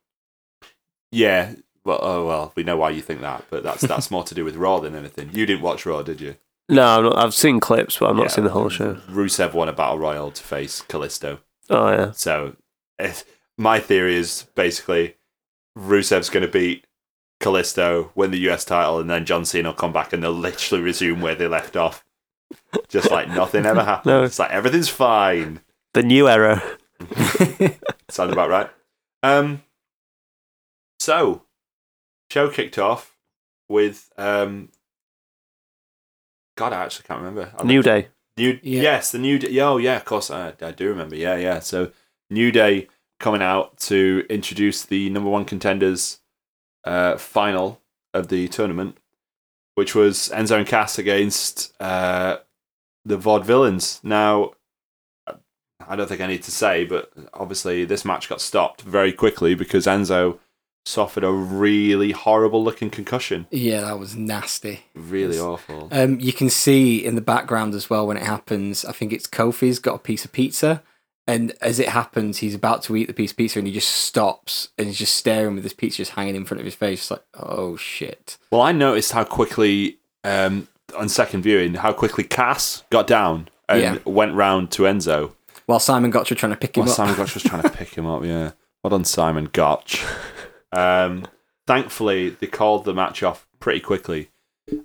[SPEAKER 2] yeah. Well, oh well, we know why you think that, but that's that's more to do with Raw than anything. You didn't watch Raw, did you?
[SPEAKER 4] No, I'm not, I've seen clips, but I've not
[SPEAKER 2] Yeah.
[SPEAKER 4] seen the whole show.
[SPEAKER 2] Rusev won a battle royal to face Callisto.
[SPEAKER 4] Oh yeah,
[SPEAKER 2] So if, my theory is basically Rusev's going to beat Callisto, win the US title, and then John Cena will come back and they'll literally resume where they left off. Just like nothing ever happened.
[SPEAKER 4] No.
[SPEAKER 2] It's like everything's fine.
[SPEAKER 4] the new era.
[SPEAKER 2] Sound about right. Um, so, show kicked off with. Um, God, I actually can't remember. I
[SPEAKER 4] New Day.
[SPEAKER 2] New
[SPEAKER 1] Yeah.
[SPEAKER 2] yes, the new day. Oh yeah, of course I, I do remember. Yeah, yeah. So new day coming out to introduce the number one contenders uh, final of the tournament, which was Enzo and Cass against uh, the Vaude villains. Now, I don't think I need to say, but obviously this match got stopped very quickly because Enzo suffered a really horrible looking concussion.
[SPEAKER 1] Yeah, that was nasty.
[SPEAKER 2] Really awful.
[SPEAKER 1] Um, you can see in the background as well when it happens. I think it's Kofi's got a piece of pizza, and as it happens, he's about to eat the piece of pizza, and he just stops and he's just staring with this pizza just hanging in front of his face, just like oh shit.
[SPEAKER 2] Well, I noticed how quickly, um, on second viewing, how quickly Cass got down and
[SPEAKER 1] Yeah.
[SPEAKER 2] went round to Enzo.
[SPEAKER 1] While Simon Gotch were trying to pick him
[SPEAKER 2] Well,
[SPEAKER 1] up,
[SPEAKER 2] Simon Gotch was trying to pick him up, yeah. Well done, Simon Gotch. Um, thankfully, they called the match off pretty quickly,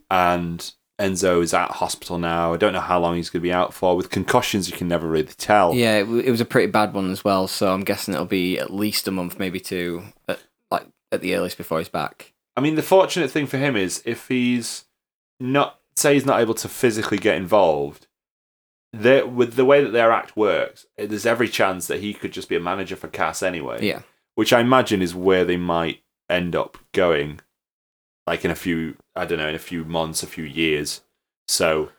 [SPEAKER 2] and Enzo is at hospital now. I don't know how long he's going to be out for. With concussions, you can never really tell.
[SPEAKER 1] yeah, it, w- it was a pretty bad one as well. So I'm guessing it'll be at least a month, maybe two, at, like at the earliest before he's back.
[SPEAKER 2] I mean, the fortunate thing for him is if he's not, say, he's not able to physically get involved, they- with the way that their act works, eh, there's every chance that he could just be a manager for Cass anyway,
[SPEAKER 1] Yeah,
[SPEAKER 2] which I imagine is where they might end up going, like in a few, I don't know, in a few months, a few years. So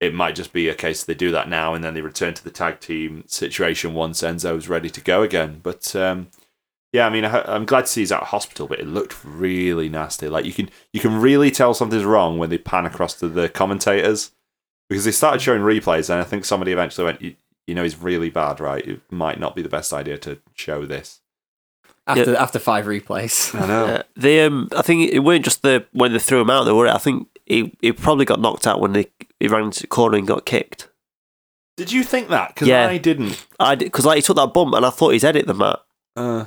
[SPEAKER 2] it might just be a case they do that now and then they return to the tag team situation once Enzo's ready to go again. But um, yeah, I mean, I, ho- I'm glad to see he's out of hospital, but it looked really nasty. Like you can you can really tell something's wrong when they pan across to the commentators because they started showing replays, and I think somebody eventually went, you, you know, he's really bad, right? It might not be the best idea to show this.
[SPEAKER 1] after after five replays.
[SPEAKER 2] I know.
[SPEAKER 4] Uh, they, um, I think it weren't just the when they threw him out. They were. it? I think he, he probably got knocked out when they, he ran into the corner and got kicked.
[SPEAKER 2] Did you think that? Because
[SPEAKER 4] Yeah.
[SPEAKER 2] I didn't.
[SPEAKER 4] I because like he took that bump and I thought he's head hit the mat,
[SPEAKER 2] Uh,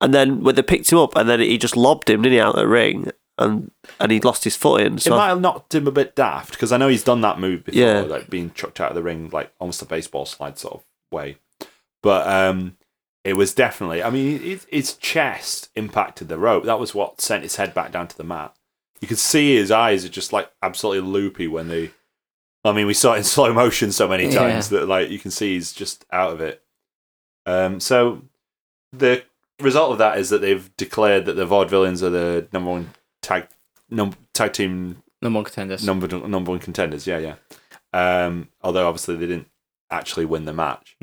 [SPEAKER 4] and then when they picked him up and then he just lobbed him didn't he out of the ring and and he lost his footing.
[SPEAKER 2] it
[SPEAKER 4] So
[SPEAKER 2] might have knocked him a bit daft because I know he's done that move before,
[SPEAKER 4] Yeah.
[SPEAKER 2] like being chucked out of the ring, like almost a baseball slide sort of way. But um, it was definitely. I mean, his, his chest impacted the rope. That was what sent his head back down to the mat. You could see his eyes are just like absolutely loopy when they. I mean, we saw it in slow motion so many
[SPEAKER 1] Yeah.
[SPEAKER 2] times that like you can see he's just out of it. Um, so the result of that is that they've declared that the Vaudevillains are the number one tag num- tag team
[SPEAKER 1] No more contenders.
[SPEAKER 2] number number one contenders. Yeah, yeah. Um, although obviously they didn't actually win the match,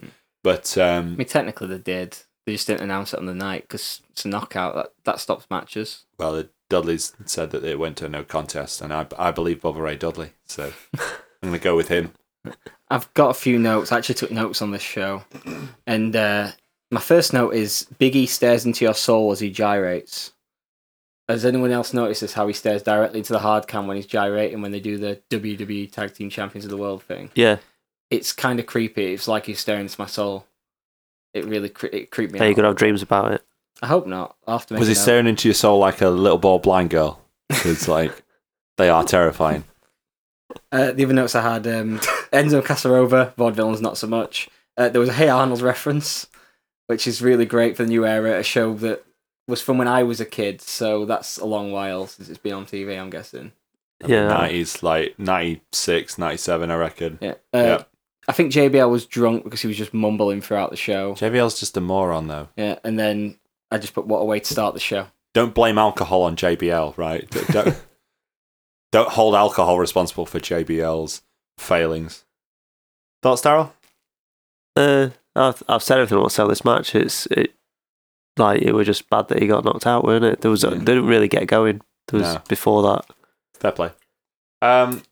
[SPEAKER 2] but
[SPEAKER 1] Hmm. I
[SPEAKER 2] um,
[SPEAKER 1] mean, technically they did. They just didn't announce it on the night because it's a knockout. That that stops matches.
[SPEAKER 2] well, the Dudleys said that it went to no contest, and I I believe Bubba Ray Dudley, so I'm gonna go with him.
[SPEAKER 1] I've got a few notes. I actually took notes on this show, and uh, my first note is Biggie stares into your soul as he gyrates. Has anyone else noticed this? How he stares directly into the hard cam when he's gyrating when they do the WWE Tag Team Champions of the World thing.
[SPEAKER 4] yeah,
[SPEAKER 1] It's kind of creepy. It's like he's staring into my soul. It really cre- it creeped me
[SPEAKER 4] yeah,
[SPEAKER 1] out.
[SPEAKER 4] you're gonna have dreams about it.
[SPEAKER 1] I hope not. After
[SPEAKER 2] Was he staring into your soul like a little ball blind girl? It's like they are terrifying.
[SPEAKER 1] Uh, the other notes I had um, Enzo Casarova, Vaudevillains not so much. Uh, there was a Hey Arnold reference, which is really great for the new era, a show that was from when I was a kid, so that's a long while since it's been on TV, I'm guessing.
[SPEAKER 4] Yeah,
[SPEAKER 2] 90s, like 96, 97, I reckon.
[SPEAKER 1] Yeah. Uh,
[SPEAKER 2] Yeah.
[SPEAKER 1] I think JBL was drunk because he was just mumbling throughout the show.
[SPEAKER 2] JBL's just a moron, though.
[SPEAKER 1] Yeah, and then I just put what a way to start the show.
[SPEAKER 2] don't blame alcohol on JBL, right? D- Don't, don't hold alcohol responsible for JBL's failings. Thoughts, Daryl?
[SPEAKER 4] Uh, I've, I've said everything I want to say on this match. It's it like it was just bad that he got knocked out, weren't it? There was
[SPEAKER 2] Yeah.
[SPEAKER 4] they didn't really get going. There was
[SPEAKER 2] No.
[SPEAKER 4] before that.
[SPEAKER 2] Fair play. Um,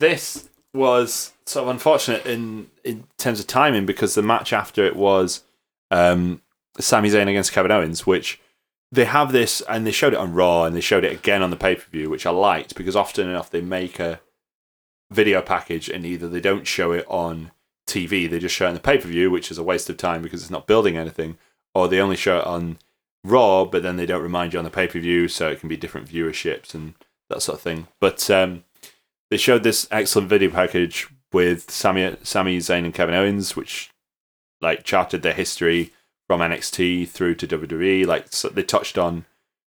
[SPEAKER 2] this was sort of unfortunate in in terms of timing because the match after it was um, Sami Zayn against Kevin Owens, which they have this and they showed it on Raw and they showed it again on the pay per view, which I liked because often enough they make a video package and either they don't show it on TV, they just show it on the pay per view, which is a waste of time because it's not building anything, or they only show it on Raw, but then they don't remind you on the pay per view, so it can be different viewerships and that sort of thing. But um, they showed this excellent video package with Sammy, Sammy Zayn and Kevin Owens, which like charted their history from NXT through to WWE. Like so they touched on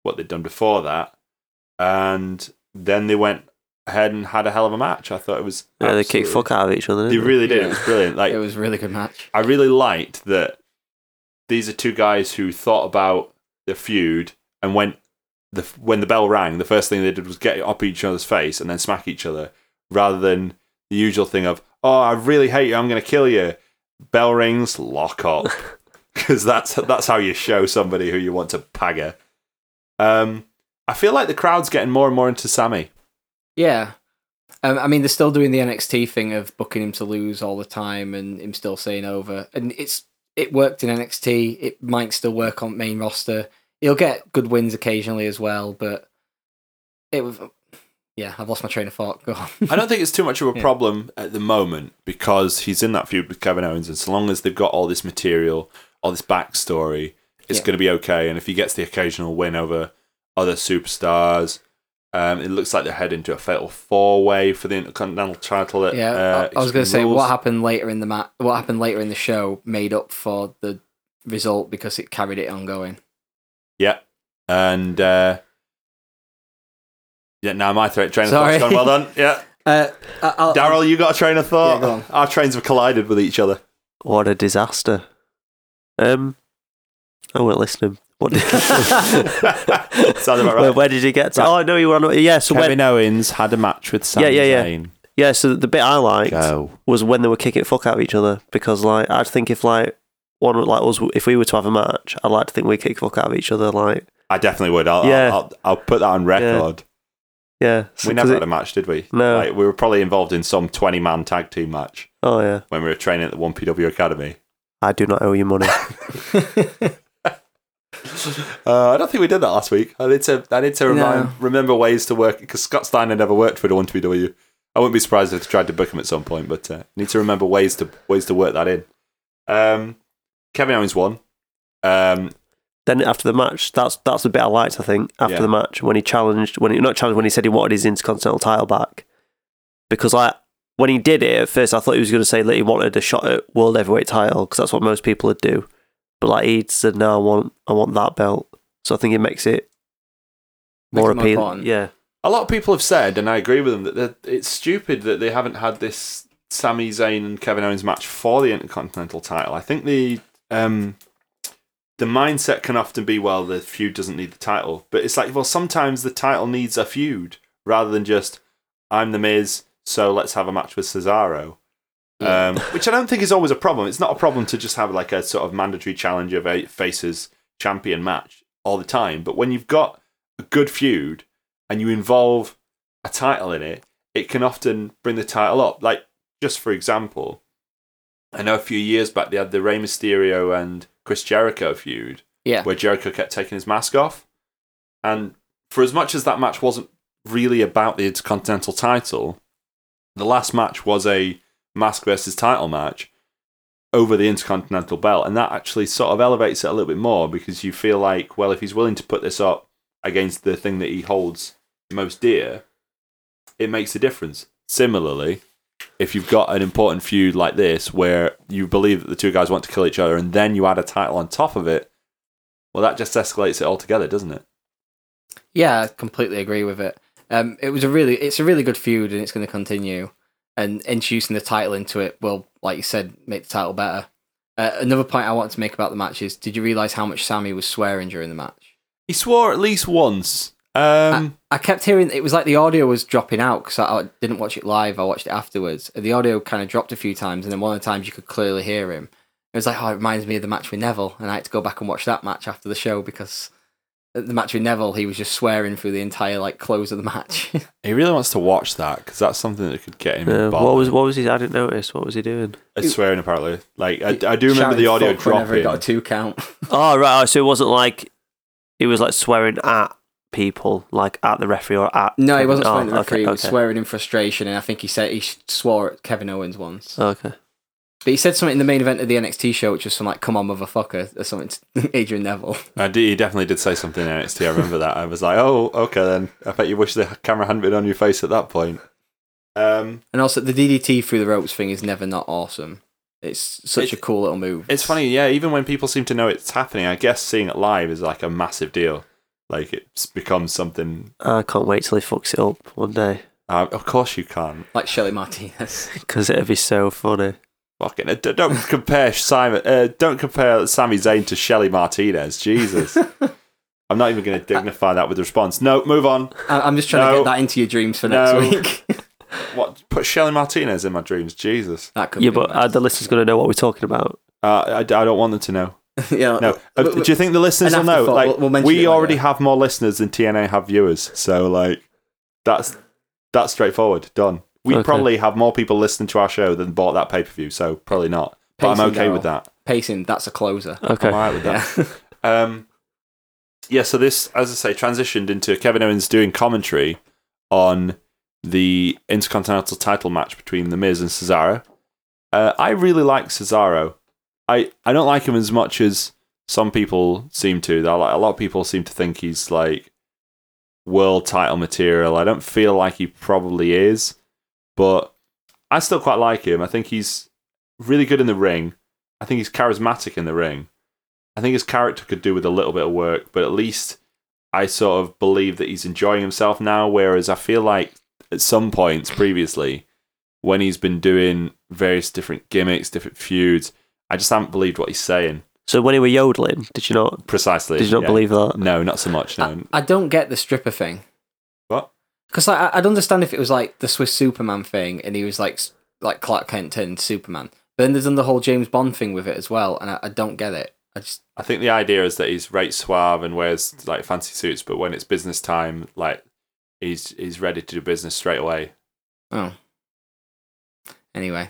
[SPEAKER 2] what they'd done before that, and then they went ahead and had a hell of a match. I thought it was
[SPEAKER 4] Yeah, they kicked
[SPEAKER 2] absolutely-
[SPEAKER 4] fuck out of each other.
[SPEAKER 2] They
[SPEAKER 4] Didn't they
[SPEAKER 2] really did.
[SPEAKER 1] Yeah.
[SPEAKER 2] It was brilliant. Like
[SPEAKER 1] it was a really good match.
[SPEAKER 2] I really liked that these are two guys who thought about the feud and when the when the bell rang, the first thing they did was get up each other's face and then smack each other, rather than the usual thing of "Oh, I really hate you. I'm going to kill you." Bell rings, lock up, because that's that's how you show somebody who you want to pagger. Um, I feel like the crowd's getting more and more into Sammy.
[SPEAKER 1] Yeah. Um, I mean, they're still doing the NXT thing of booking him to lose all the time and him still saying over. And it's it worked in NXT. It might still work on main roster. He'll get good wins occasionally as well, but it was. Yeah, I've lost my train of thought. Go on.
[SPEAKER 2] I don't think it's too much of a
[SPEAKER 1] Yeah.
[SPEAKER 2] problem at the moment because he's in that feud with Kevin Owens, and so long as they've got all this material, all this backstory, it's
[SPEAKER 1] Yeah.
[SPEAKER 2] going to be okay. And if he gets the occasional win over other superstars, um, it looks like they're heading to a fatal four way for the Intercontinental title. At,
[SPEAKER 1] yeah,
[SPEAKER 2] uh,
[SPEAKER 1] I, I was going to say
[SPEAKER 2] Extreme Rules.
[SPEAKER 1] what happened later in the mat. What happened later in the show made up for the result because it carried it ongoing.
[SPEAKER 2] Yeah, and uh, yeah, now my threat train of
[SPEAKER 1] Sorry.
[SPEAKER 2] thought's gone. Well done. Yeah,
[SPEAKER 1] Uh, I- I'll-
[SPEAKER 2] Daryl, you got a train of
[SPEAKER 1] Yeah,
[SPEAKER 2] thought.
[SPEAKER 1] go on.
[SPEAKER 2] Our trains have collided with each other.
[SPEAKER 4] What a disaster. Um, I won't listen. to him. What did-
[SPEAKER 2] Sounds about
[SPEAKER 4] Where,
[SPEAKER 2] right.
[SPEAKER 4] where did you get to?
[SPEAKER 2] Right.
[SPEAKER 4] Oh no, you were on. Yeah, so when,
[SPEAKER 2] Kevin Owens had a match with Sami
[SPEAKER 4] Yeah, yeah, yeah.
[SPEAKER 2] Zayn.
[SPEAKER 4] yeah, so the bit I liked
[SPEAKER 2] Go.
[SPEAKER 4] was when they were kicking fuck out of each other because like I'd think if like one of- like us if we were to have a match, I'd like to think we kick fuck out of each other. Like
[SPEAKER 2] I definitely would. I'll,
[SPEAKER 4] Yeah.
[SPEAKER 2] I'll, I'll, I'll put that on record.
[SPEAKER 4] yeah, so-
[SPEAKER 2] We
[SPEAKER 4] 'cause
[SPEAKER 2] never
[SPEAKER 4] it-
[SPEAKER 2] had a match, did we?
[SPEAKER 4] No.
[SPEAKER 2] Like, we were probably involved in some 20 man tag team match
[SPEAKER 4] Oh yeah,
[SPEAKER 2] when we were training at the 1PW Academy.
[SPEAKER 4] I do not owe you money.
[SPEAKER 2] Uh, I don't think we did that last week. I need to, I need to remind,
[SPEAKER 1] No.
[SPEAKER 2] remember ways to work because Scott Steiner never worked for the 1PW. I wouldn't be surprised if they tried to book him at some point, but uh, need to remember ways to ways to work that in. Um, Kevin Owens won. Um,
[SPEAKER 4] then after the match, that's that's the bit I liked. I think after
[SPEAKER 2] Yeah.
[SPEAKER 4] the match when he challenged, when he not challenged, when he said he wanted his intercontinental title back, because like when he did it at first, I thought he was going to say that he wanted a shot at world heavyweight title because that's what most people would do, but like he said no, I want I want that belt. So I think it makes it
[SPEAKER 1] Makes
[SPEAKER 4] more
[SPEAKER 1] it more
[SPEAKER 4] appealing.
[SPEAKER 1] important.
[SPEAKER 4] yeah,
[SPEAKER 2] a lot of people have said, and I agree with them, that that it's stupid that they haven't had this Sami Zayn and Kevin Owens match for the Intercontinental title. I think the um, the mindset can often be, well, the feud doesn't need the title, but it's like, well, sometimes the title needs a feud rather than just I'm the Miz, so let's have a match with Cesaro.
[SPEAKER 1] Yeah.
[SPEAKER 2] Um, which I don't think is always a problem. It's not a problem to just have like a sort of mandatory challenge of a faces champion match all the time. But when you've got a good feud and you involve a title in it, it can often bring the title up. Like, just for example, I know a few years back they had the Rey Mysterio and Chris Jericho feud
[SPEAKER 1] yeah,
[SPEAKER 2] where Jericho kept taking his mask off. And for as much as that match wasn't really about the Intercontinental title, the last match was a mask versus title match over the Intercontinental belt. And that actually sort of elevates it a little bit more because you feel like, well, if he's willing to put this up against the thing that he holds most dear, it makes a difference. Similarly, if you've got an important feud like this where you believe that the two guys want to kill each other and then you add a title on top of it, well, that just escalates it altogether, doesn't it?
[SPEAKER 1] Yeah, I completely agree with it. Um, it was a really, it's a really good feud, and it's going to continue. And introducing the title into it will, like you said, make the title better. Uh, another point I wanted to make about the match is: Did you realize how much Sammy was swearing during the match?
[SPEAKER 2] He swore at least once. Um,
[SPEAKER 1] I kept hearing it was like the audio was dropping out because I, I didn't watch it live. I watched it afterwards. The audio kind of dropped a few times, and then one of the times you could clearly hear him. It was like, oh, it reminds me of the match with Neville, and I had to go back and watch that match after the show because at the match with Neville, he was just swearing through the entire like close of the match.
[SPEAKER 2] he really wants to watch that because that's something that could get him.
[SPEAKER 4] Yeah,
[SPEAKER 2] bothered.
[SPEAKER 4] what was what was he? I didn't notice. What was he doing?
[SPEAKER 2] It's swearing apparently. Like I, I do remember the audio
[SPEAKER 1] Whenever he
[SPEAKER 2] dropping.
[SPEAKER 1] got a two count.
[SPEAKER 4] Oh right, so it wasn't like he was like swearing at people, like at the referee or at.
[SPEAKER 1] No, he wasn't
[SPEAKER 4] Oh,
[SPEAKER 1] swearing at the referee.
[SPEAKER 4] Okay,
[SPEAKER 1] He was
[SPEAKER 4] okay.
[SPEAKER 1] swearing in frustration, and I think he said he swore at Kevin Owens once.
[SPEAKER 4] Okay.
[SPEAKER 1] But he said something in the main event of the NXT show, which was some like "Come on, motherfucker" or something to Adrian Neville.
[SPEAKER 2] I did, he definitely did say something in NXT. I remember that. I was like, oh, okay then. I bet you wish the camera hadn't been on your face at that point. Um,
[SPEAKER 1] And also, the DDT through the ropes thing is never not awesome. It's such
[SPEAKER 2] It-
[SPEAKER 1] a cool little move.
[SPEAKER 2] It's funny, yeah. Even when people seem to know it's happening, I guess seeing it live is like a massive deal. Like it's become something.
[SPEAKER 4] I can't wait till he fucks it up one day
[SPEAKER 2] Uh, of course, you can.
[SPEAKER 1] like Shelly Martinez.
[SPEAKER 4] because it'll be so funny.
[SPEAKER 2] Fucking uh, d- don't compare Simon. Uh, don't compare Sami Zayn to Shelly Martinez. Jesus, I'm not even going to dignify that with a response. No, move on.
[SPEAKER 1] I- I'm just trying to
[SPEAKER 2] No.
[SPEAKER 1] get that into your dreams for
[SPEAKER 2] No.
[SPEAKER 1] next week.
[SPEAKER 2] What? Put Shelly Martinez in my dreams. Jesus.
[SPEAKER 1] that could
[SPEAKER 4] Yeah,
[SPEAKER 1] be
[SPEAKER 4] but uh, the listeners gonna know what we're talking about.
[SPEAKER 2] Uh, I, I don't want them to know.
[SPEAKER 1] yeah,
[SPEAKER 2] No. Uh,
[SPEAKER 1] w-
[SPEAKER 2] do you think the listeners
[SPEAKER 1] an
[SPEAKER 2] will know?
[SPEAKER 1] afterthought.
[SPEAKER 2] Like
[SPEAKER 1] We'll- we'll mention
[SPEAKER 2] we
[SPEAKER 1] it later.
[SPEAKER 2] already have more listeners than TNA have viewers, so like that's that's straightforward. Done. We
[SPEAKER 4] Okay.
[SPEAKER 2] probably have more people listening to our show than bought that pay per view, so probably not. But I'm
[SPEAKER 1] Pacing
[SPEAKER 2] okay
[SPEAKER 1] though.
[SPEAKER 2] with that.
[SPEAKER 1] pacing. That's a closer.
[SPEAKER 4] Okay.
[SPEAKER 2] I'm alright with that.
[SPEAKER 1] Yeah.
[SPEAKER 2] Um, yeah, so this, as I say, transitioned into Kevin Owens doing commentary on the Intercontinental title match between The Miz and Cesaro. Uh, I really like Cesaro. I, I don't like him as much as some people seem to. They're Like, a lot of people seem to think he's like world title material. I don't feel like he probably is, but I still quite like him. I think he's really good in the ring. I think he's charismatic in the ring. I think his character could do with a little bit of work, but at least I sort of believe that he's enjoying himself now. Whereas I feel like at some points previously, when he's been doing various different gimmicks, different feuds, I just haven't believed what he's saying
[SPEAKER 4] So when he were yodeling, did you not?
[SPEAKER 2] precisely.
[SPEAKER 4] Did you not
[SPEAKER 2] yeah.
[SPEAKER 4] believe that? Uh,
[SPEAKER 2] No, not so much. No.
[SPEAKER 1] I, I don't get the stripper thing.
[SPEAKER 2] What?
[SPEAKER 1] Because like, I- I'd understand if it was like the Swiss Superman thing, and he was like s- like Clark Kent turned Superman. But then they've done the whole James Bond thing with it as well, and I, I don't get it. I just
[SPEAKER 2] I think the idea is that he's right suave and wears like fancy suits, but when it's business time, like he's he's ready to do business straight away.
[SPEAKER 1] oh. Anyway,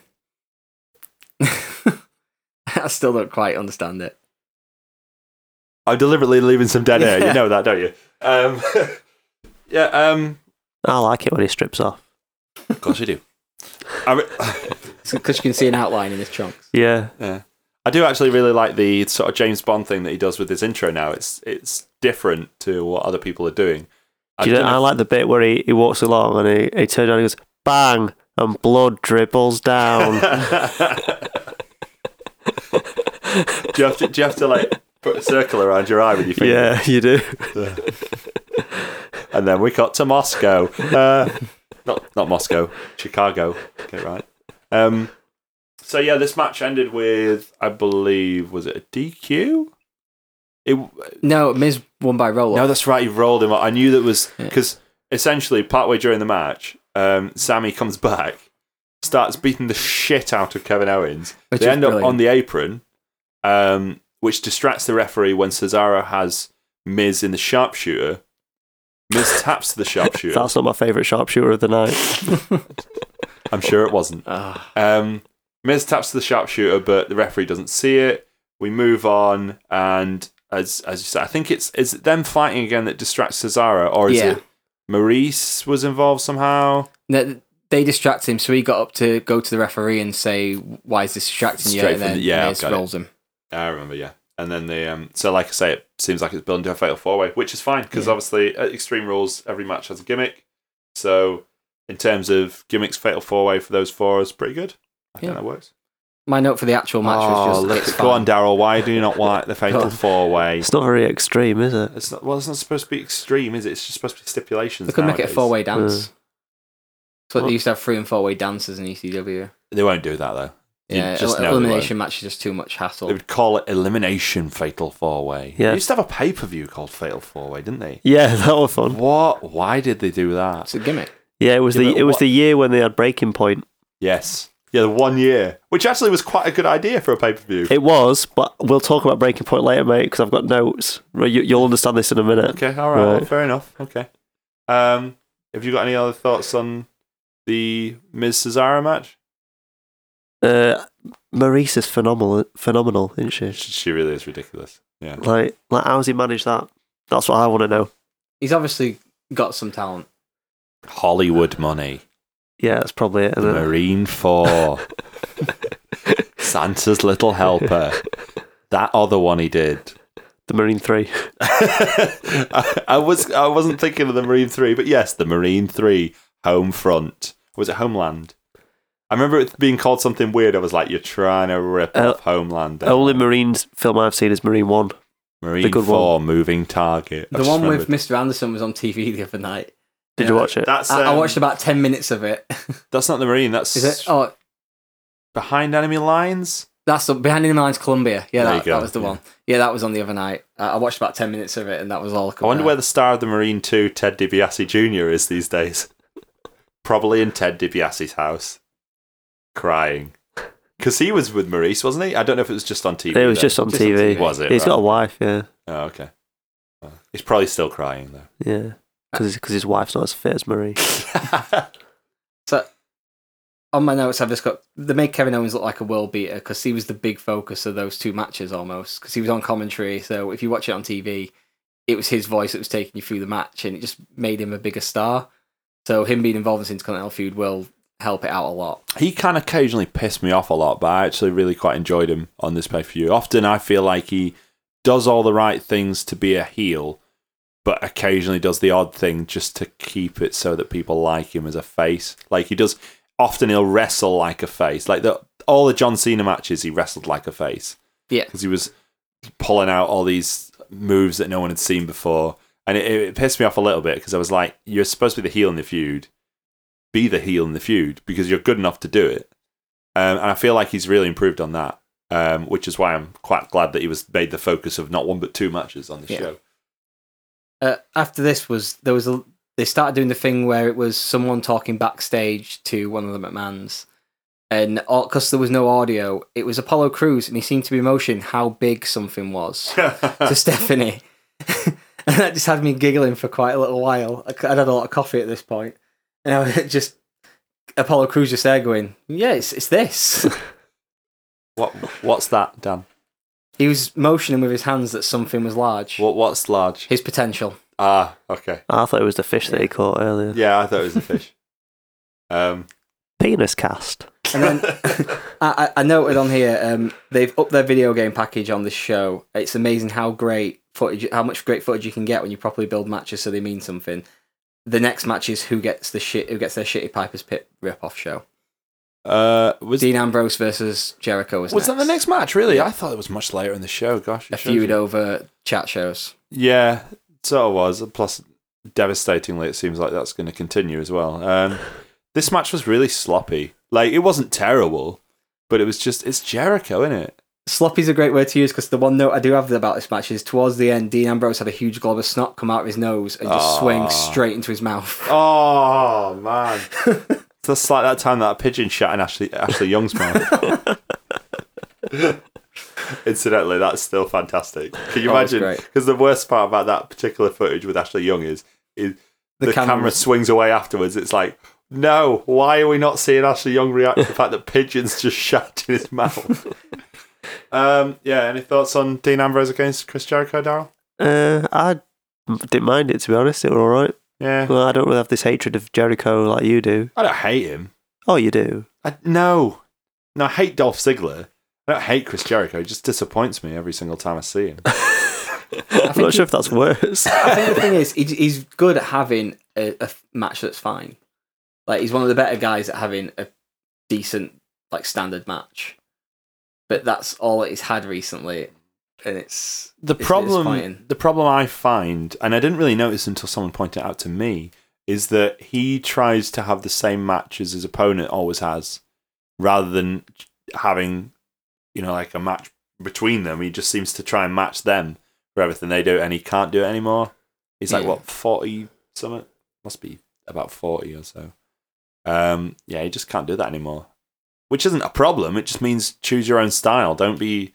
[SPEAKER 1] I still don't quite understand it.
[SPEAKER 2] I'm deliberately leaving some dead air. You
[SPEAKER 1] Yeah.
[SPEAKER 2] know that, don't you? Um, yeah. Um,
[SPEAKER 4] I like it when he strips off.
[SPEAKER 2] of course you do. I, re-
[SPEAKER 1] Because you can see an outline in his trunks.
[SPEAKER 4] Yeah.
[SPEAKER 2] Yeah. I do actually really like the sort of James Bond thing that he does with his intro now. It's it's different to what other people are doing. I
[SPEAKER 4] Do you know,
[SPEAKER 2] don't
[SPEAKER 4] I
[SPEAKER 2] know-
[SPEAKER 4] like the bit where he, he walks along and he, he turns around and goes bang and blood dribbles down.
[SPEAKER 2] do you have to do you have to like put a circle around your eye with your finger?
[SPEAKER 4] yeah, you do.
[SPEAKER 2] And then we got to Moscow. Uh, not not Moscow, Chicago. Get it right. Um, so yeah, this match ended with I believe was it a DQ? It
[SPEAKER 1] No, Miz won by roll
[SPEAKER 2] No,
[SPEAKER 1] up.
[SPEAKER 2] that's right. He rolled him. up. I knew that was
[SPEAKER 1] Yeah.
[SPEAKER 2] because essentially partway during the match, um, Sammy comes back, starts beating the shit out of Kevin Owens.
[SPEAKER 1] Which
[SPEAKER 2] they
[SPEAKER 1] is
[SPEAKER 2] end up
[SPEAKER 1] brilliant.
[SPEAKER 2] on the apron, um, which distracts the referee when Cesaro has Miz in the sharpshooter. Miz taps the sharpshooter.
[SPEAKER 4] That's not my favourite sharpshooter of the night.
[SPEAKER 2] I'm sure it wasn't.
[SPEAKER 1] Ah.
[SPEAKER 2] Um, Miz taps the sharpshooter, but the referee doesn't see it. We move on, and as as you said, I think it's is it them fighting again that distracts Cesaro, or is
[SPEAKER 1] Yeah.
[SPEAKER 2] it Maurice was involved somehow?
[SPEAKER 1] No, they distract him, so he got up to go to the referee and say, "Why is this distracting you?"
[SPEAKER 2] Straight
[SPEAKER 1] and
[SPEAKER 2] from
[SPEAKER 1] then
[SPEAKER 2] the- yeah, I've
[SPEAKER 1] Miz
[SPEAKER 2] got it.
[SPEAKER 1] rolls him.
[SPEAKER 2] I remember, yeah. And then the um, so like I say, it seems like it's building to a fatal four way, which is fine because obviously at Extreme Rules, every match has a gimmick. So in terms of gimmicks, fatal four way for those four is pretty good. I think
[SPEAKER 1] Yeah.
[SPEAKER 2] that works.
[SPEAKER 1] My note for the actual match was just it's
[SPEAKER 2] go
[SPEAKER 1] fine.
[SPEAKER 2] Oh, on, Daryl. Why do you not like the fatal four way?
[SPEAKER 4] It's not very extreme, is it?
[SPEAKER 2] It's not, well, it's not supposed to be extreme, is it? It's just supposed to be stipulations.
[SPEAKER 1] They could make it a
[SPEAKER 2] nowadays.
[SPEAKER 1] four way dance.
[SPEAKER 2] Hmm.
[SPEAKER 4] Yeah.
[SPEAKER 1] That's what they used to have three and four way dances in ECW.
[SPEAKER 2] They won't do that though. You'd
[SPEAKER 1] Yeah,
[SPEAKER 2] just
[SPEAKER 1] el-
[SPEAKER 2] know they
[SPEAKER 1] elimination match is just too much
[SPEAKER 2] They
[SPEAKER 1] hassle.
[SPEAKER 2] would call it Elimination Fatal Four Way.
[SPEAKER 4] Yeah.
[SPEAKER 2] They used to have a pay per view called Fatal Four Way, didn't they?
[SPEAKER 4] Yeah, that was
[SPEAKER 2] Um,
[SPEAKER 4] fun.
[SPEAKER 2] What? Why did they do that?
[SPEAKER 1] It's a gimmick.
[SPEAKER 4] Yeah, it was
[SPEAKER 2] Yeah,
[SPEAKER 4] the
[SPEAKER 2] but
[SPEAKER 4] it was
[SPEAKER 2] what-
[SPEAKER 4] the year when they had Breaking Point.
[SPEAKER 2] Yes. Yeah, the one year, which actually was quite a good idea for a pay per view.
[SPEAKER 4] It was, but we'll talk about Breaking Point later, mate, because I've got notes. Right, You, you'll understand this in a minute.
[SPEAKER 2] Okay, all right, well,
[SPEAKER 4] Right.
[SPEAKER 2] fair enough. Okay. Um, have you got any other thoughts on the Ms. Cesaro match?
[SPEAKER 4] Uh, Maurice is phenomenal, phenomenal, isn't she?
[SPEAKER 2] She, she really is ridiculous. Yeah.
[SPEAKER 4] Like, like how's he managed that? That's what I want to know.
[SPEAKER 1] He's obviously got some talent.
[SPEAKER 2] Hollywood money.
[SPEAKER 4] Yeah, that's probably it.
[SPEAKER 2] The
[SPEAKER 4] isn't it?
[SPEAKER 2] Marine Four. Santa's Little Helper. That other one he did.
[SPEAKER 4] The Marine Three.
[SPEAKER 2] I, I was I wasn't thinking of the Marine Three, but yes, the Marine Three Home Front was it Homeland? I remember it being called something weird. I was like, "You're trying to rip
[SPEAKER 4] Uh,
[SPEAKER 2] off Homeland."
[SPEAKER 4] The only Marine film I've seen is Marine One.
[SPEAKER 2] Marine
[SPEAKER 4] the good
[SPEAKER 2] Four Moving Target.
[SPEAKER 1] the
[SPEAKER 2] I just
[SPEAKER 1] one with
[SPEAKER 2] remembered.
[SPEAKER 1] Mr. Anderson was on TV the other night.
[SPEAKER 4] Did
[SPEAKER 1] Yeah,
[SPEAKER 4] you watch it?
[SPEAKER 2] that's
[SPEAKER 1] I, I
[SPEAKER 2] um,
[SPEAKER 1] watched about ten minutes of it.
[SPEAKER 2] That's not the Marine. That's
[SPEAKER 1] Is it? Oh,
[SPEAKER 2] behind enemy lines.
[SPEAKER 1] that's the, behind the lines, Columbia. Yeah,
[SPEAKER 2] There you
[SPEAKER 1] that,
[SPEAKER 2] go,
[SPEAKER 1] that was the
[SPEAKER 2] yeah.
[SPEAKER 1] one. Yeah, that was on the other night. Uh, I watched about ten minutes of it, and that was all.
[SPEAKER 2] I wonder where the star of the Marine Two, Ted DiBiase Jr., is these days. Probably in Ted DiBiase's house, crying because he was with Maurice, wasn't he? I don't know if it was just on TV.
[SPEAKER 4] it was
[SPEAKER 2] though.
[SPEAKER 4] just on
[SPEAKER 1] Just on
[SPEAKER 4] TV.
[SPEAKER 1] TV.
[SPEAKER 2] Was
[SPEAKER 4] He's
[SPEAKER 2] it? right?
[SPEAKER 4] got a wife. Yeah,
[SPEAKER 2] Oh, okay. Uh, He's probably still crying though.
[SPEAKER 4] yeah. Because his wife's not as fit as Marie.
[SPEAKER 1] So on my notes, I've just got they made Kevin Owens look like a world beater because he was the big focus of those two matches almost because he was on commentary. So if you watch it on TV, it was his voice that was taking you through the match, and it just made him a bigger star. So him being involved in this Intercontinental feud will help it out a lot.
[SPEAKER 2] he can occasionally piss me off a lot, but I actually really quite enjoyed him on this pay per view. Often I feel like he does all the right things to be a heel, but occasionally does the odd thing just to keep it so that people like him as a face. Like he does. Often he'll wrestle like a face. Like the all the John Cena matches, he wrestled like a face.
[SPEAKER 1] Yeah.
[SPEAKER 2] because he was pulling out all these moves that no one had seen before. And it, it pissed me off a little bit because I was like, you're supposed to be the heel in the feud. Be the heel in the feud because you're good enough to do it. Um, and I feel like he's really improved on that, um, which is why I'm quite glad that he was made the focus of not one but two matches on this
[SPEAKER 1] Yeah.
[SPEAKER 2] show.
[SPEAKER 1] uh, after this was there was a, they started doing the thing where it was someone talking backstage to one of the McMahons, and because there was no audio, it was Apollo Cruz, and he seemed to be motioning how big something was to Stephanie, and that just had me giggling for quite a little while. I c- I'd had a lot of coffee at this point, and I was just Apollo Cruz just there going, "Yeah, it's it's this."
[SPEAKER 2] What What's that, Dan?
[SPEAKER 1] he was motioning with his hands that something was large.
[SPEAKER 2] What What's large?
[SPEAKER 1] His potential.
[SPEAKER 2] Ah, okay.
[SPEAKER 4] I thought it was the fish that he caught earlier.
[SPEAKER 2] Yeah, I thought it was a fish. Um,
[SPEAKER 4] Penis cast.
[SPEAKER 1] And then I, I I noted on here um, they've upped their video game package on this show. It's amazing how great footage, how much great footage you can get when you properly build matches so they mean something. The next match is who gets the shit, who gets their shitty Piper's Pit rip-off show.
[SPEAKER 2] uh, was
[SPEAKER 1] Dean Ambrose versus Jericho was, next.
[SPEAKER 2] was that the next match? Really, I thought it was much later in the show. Gosh, it
[SPEAKER 1] A
[SPEAKER 2] shows you.
[SPEAKER 1] feud over chat shows.
[SPEAKER 2] Yeah, so it was. Plus, devastatingly, it seems like that's going to continue as well. Um, this match was really sloppy. Like, it wasn't terrible, but it was just, it's Jericho, isn't it?
[SPEAKER 1] Sloppy's a great word to use because the one note I do have about this match is towards the end, Dean Ambrose had a huge glob of snot come out of his nose and
[SPEAKER 2] Ah.
[SPEAKER 1] just swing straight into his mouth.
[SPEAKER 2] Oh, man. That's like that time that pigeon shot in Ashley, Ashley Young's mouth. Incidentally, that's still fantastic. Can you
[SPEAKER 1] Oh, it's
[SPEAKER 2] imagine?
[SPEAKER 1] great.
[SPEAKER 2] Because the worst part about that particular footage with Ashley Young is, is the,
[SPEAKER 1] camera
[SPEAKER 2] camera
[SPEAKER 1] was-
[SPEAKER 2] swings away afterwards. It's like, no, why are we not seeing Ashley Young react to the fact that pigeons just shat in his mouth? um, yeah, any thoughts on Dean Ambrose against Chris Jericho, Daryl?
[SPEAKER 4] Uh, I didn't mind it to be honest. It was all right.
[SPEAKER 2] Yeah.
[SPEAKER 4] Well, I don't really have this hatred of Jericho like you do.
[SPEAKER 2] I don't hate him.
[SPEAKER 4] Oh, you do.
[SPEAKER 2] I, no, no, I hate Dolph Ziggler. I don't hate Chris Jericho. He just disappoints me every single time I see him.
[SPEAKER 1] I
[SPEAKER 4] I'm
[SPEAKER 1] think
[SPEAKER 4] not sure if that's worse.
[SPEAKER 1] I think the thing is, he, he's good at having a, a match that's fine. Like he's one of the better guys at having a decent, like standard match. But that's all that he's had recently, and it's
[SPEAKER 2] the
[SPEAKER 1] It's
[SPEAKER 2] problem,
[SPEAKER 1] disappointing.
[SPEAKER 2] the problem I find, and I didn't really notice until someone pointed it out to me, is that he tries to have the same match as his opponent always has, rather than having, you know, like a match between them. He just seems to try and match them for everything they do, and he can't do it anymore. He's like
[SPEAKER 1] Yeah.
[SPEAKER 2] what forty something? Must be about forty or so. Um, yeah, he just can't do that anymore, which isn't a problem. It just means choose your own style. Don't be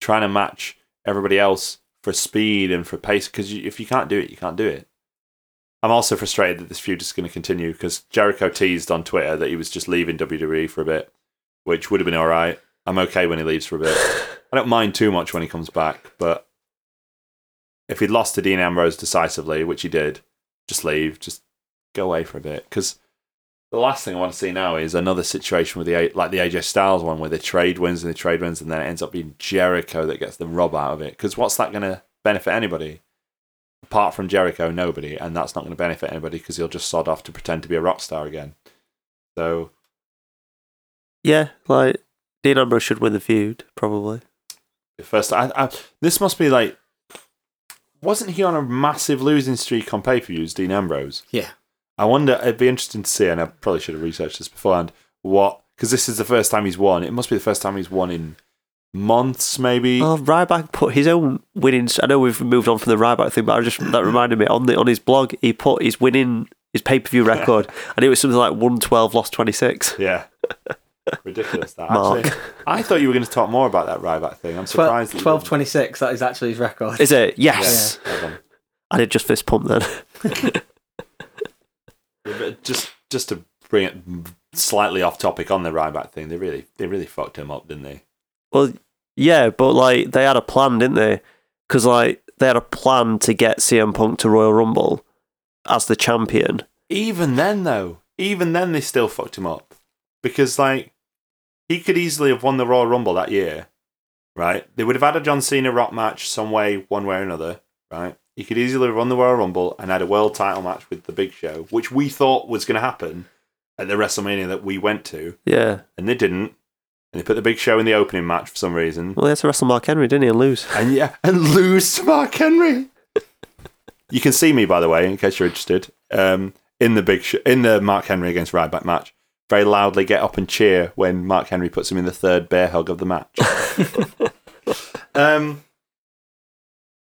[SPEAKER 2] trying to match everybody else for speed and for pace because you, if you can't do it, you can't do it. I'm also frustrated that this feud is going to continue because Jericho teased on Twitter that he was just leaving WWE for a bit, which would have been all right. I'm okay when he leaves for a bit. I don't mind too much when he comes back, but if he'd lost to Dean Ambrose decisively, which he did, just leave, just go away for a bit. Because the last thing I want to see now is another situation with the A- like the AJ Styles one, where they trade wins and they trade wins, and then it ends up being Jericho that gets the rub out of it. Because what's that going to benefit anybody? Apart from Jericho, nobody, and that's not going to benefit anybody because he'll just sod off to pretend to be a rock star again. So
[SPEAKER 4] Yeah, like Dean Ambrose should win the feud, probably.
[SPEAKER 2] first. I, I, this must be like, wasn't he on a massive losing streak on pay per views, Dean Ambrose?
[SPEAKER 1] Yeah.
[SPEAKER 2] I wonder. It'd be interesting to see, and I probably should have researched this beforehand. What? Because this is the first time he's won. It must be the first time he's won in months, maybe.
[SPEAKER 4] Oh, Ryback put his own winning. I know we've moved on from the Ryback thing, but I just that reminded me on the on his blog he put his winning his pay per view record, and it was something like one twelve, lost twenty six.
[SPEAKER 2] Yeah. Ridiculous that.
[SPEAKER 4] Mark.
[SPEAKER 2] Actually, I thought you were going to talk more about that Ryback thing. I'm
[SPEAKER 1] Twelve
[SPEAKER 2] surprised. that you
[SPEAKER 1] twelve
[SPEAKER 2] didn't.
[SPEAKER 1] twenty six. That is actually his record.
[SPEAKER 4] Is it? Yes.
[SPEAKER 2] Yeah, well done.
[SPEAKER 4] I did just fist pump then.
[SPEAKER 2] Yeah, but just just to bring it slightly off topic on the Ryback thing, they really they really fucked him up, didn't they?
[SPEAKER 4] Well, yeah, but like they had a plan, didn't they? Because like they had a plan to get CM Punk to Royal Rumble as the champion.
[SPEAKER 2] Even then, though, even then they still fucked him up because like he could easily have won the Royal Rumble that year, right? They would have had a John Cena Rock match some way, one way or another, right? He could easily have won the Royal Rumble and had a world title match with the Big Show, which we thought was going to happen at the WrestleMania that we went to,
[SPEAKER 4] Yeah.
[SPEAKER 2] and they didn't. And they put the Big Show in the opening match for some reason.
[SPEAKER 4] Well, he had to wrestle Mark Henry, didn't he, and lose?
[SPEAKER 2] and yeah, and lose to Mark Henry. you can see me, by the way, in case you're interested, um, in the big sh- in the Mark Henry against Ryback match. Very loudly get up and cheer when Mark Henry puts him in the third bear hug of the match. um,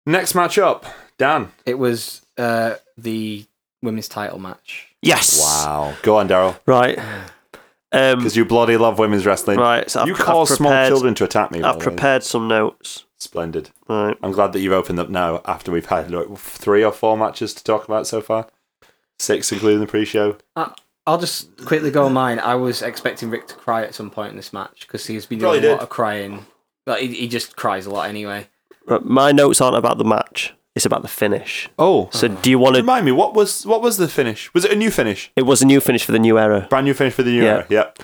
[SPEAKER 2] next match up, Dan.
[SPEAKER 1] It was uh, the women's title match.
[SPEAKER 4] Yes.
[SPEAKER 2] go on, Daryl,
[SPEAKER 4] Right. Um.
[SPEAKER 2] because you bloody love women's wrestling.
[SPEAKER 4] Right. So I've,
[SPEAKER 2] you cause
[SPEAKER 4] I've
[SPEAKER 2] small
[SPEAKER 4] prepared-
[SPEAKER 2] children to attack me. by
[SPEAKER 4] I've
[SPEAKER 2] the way.
[SPEAKER 4] prepared some notes.
[SPEAKER 2] Splendid.
[SPEAKER 4] Right.
[SPEAKER 2] I'm glad that you've opened up now after we've had like, three or four matches to talk about so far. Six, including the pre-show.
[SPEAKER 1] I, I'll just quickly go on mine. I was expecting Rick to cry at some point in this match because he's been doing
[SPEAKER 2] Probably
[SPEAKER 1] a lot
[SPEAKER 2] did.
[SPEAKER 1] of crying. Like, he, he just cries a lot anyway.
[SPEAKER 4] Right, My notes aren't about the match. It's about the finish.
[SPEAKER 2] Oh,
[SPEAKER 4] So do you want to?
[SPEAKER 2] remind me, what was what was the finish? Was it a new finish?
[SPEAKER 4] It was a new finish for the new era.
[SPEAKER 2] Brand new finish for the new
[SPEAKER 4] Yeah.
[SPEAKER 2] era. Yep.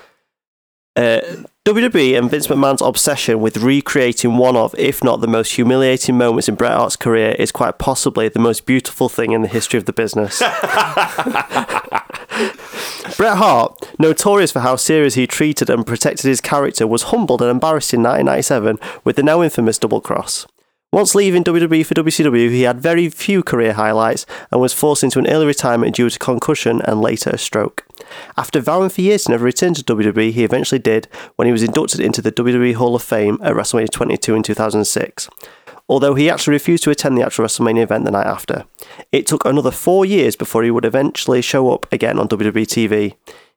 [SPEAKER 4] Uh, WWE and Vince McMahon's obsession with recreating one of, if not the most humiliating moments in Bret Hart's career, is quite possibly the most beautiful thing in the history of the business. Bret Hart, notorious for how serious he treated and protected his character, was humbled and embarrassed in 1997 with the now infamous double cross. Once leaving WWE for WCW, he had very few career highlights and was forced into an early retirement due to concussion and later a stroke. After vowing for years to never return to WWE, he eventually did when he was inducted into the WWE Hall of Fame at WrestleMania 22 in 2006. Although he actually refused to attend the actual WrestleMania event the night after. It took another four years before he would eventually show up again on WWE TV.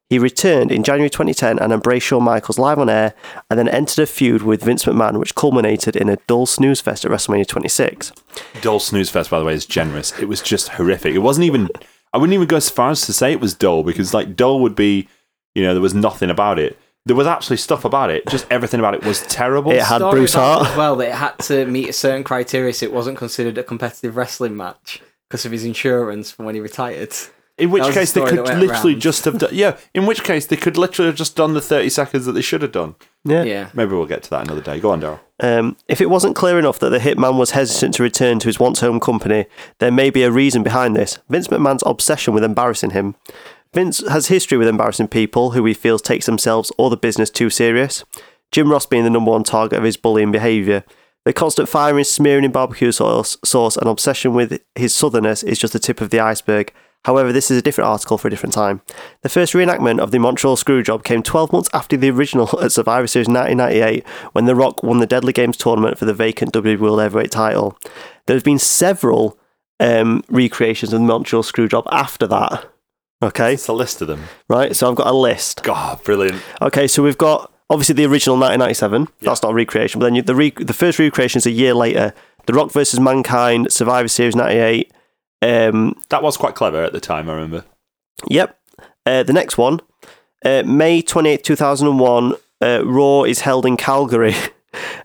[SPEAKER 4] He returned in January 2010 and embraced Shawn Michaels live on air, and then entered a feud with Vince McMahon, which culminated in a dull snooze fest at WrestleMania 26.
[SPEAKER 2] Dull snooze fest, by the way, is generous. It was just horrific. It wasn't even. I wouldn't even go as far as to say it was dull because, like, dull would be, you know, there was nothing about it. There was actually stuff about it. Just everything about it was terrible.
[SPEAKER 4] It had
[SPEAKER 1] Story
[SPEAKER 4] Bruce
[SPEAKER 1] about it
[SPEAKER 4] Hart.
[SPEAKER 1] as well that it had to meet a certain criteria, so it wasn't considered a competitive wrestling match because of his insurance from when he retired.
[SPEAKER 2] In which
[SPEAKER 1] That was
[SPEAKER 2] case
[SPEAKER 1] the
[SPEAKER 2] they
[SPEAKER 1] story
[SPEAKER 2] could
[SPEAKER 1] that went
[SPEAKER 2] literally
[SPEAKER 1] around.
[SPEAKER 2] just have done. Yeah, in which case they could literally have just done the thirty seconds that they should have done.
[SPEAKER 4] Yeah.
[SPEAKER 1] Yeah,
[SPEAKER 2] Maybe we'll get to that another day. Go on, Daryl.
[SPEAKER 4] Um, if it wasn't clear enough that the hitman was hesitant to return to his once home company, there may be a reason behind this Vince McMahon's obsession with embarrassing him. Vince has history with embarrassing people who he feels takes themselves or the business too serious. Jim Ross being the number one target of his bullying behaviour. The constant firing, smearing in barbecue sauce, sauce and obsession with his southerners is just the tip of the iceberg. However, this is a different article for a different time. The first reenactment of the Montreal Screwjob came 12 months after the original at Survivor Series 1998, when The Rock won the Deadly Games tournament for the vacant WWE World Heavyweight title. There have been several um, recreations of the Montreal Screwjob after that. Okay,
[SPEAKER 2] It's a list of them.
[SPEAKER 4] right, so I've got a list.
[SPEAKER 2] God, brilliant.
[SPEAKER 4] Okay, so we've got obviously the original 1997. That's not a recreation, but then you, the re, the first recreation is a year later. The Rock versus Mankind Survivor Series '98. Um,
[SPEAKER 2] That was quite clever at the time, I remember.
[SPEAKER 4] yep. Uh, the next one, uh, May 28, 2001. Uh, Raw is held in Calgary.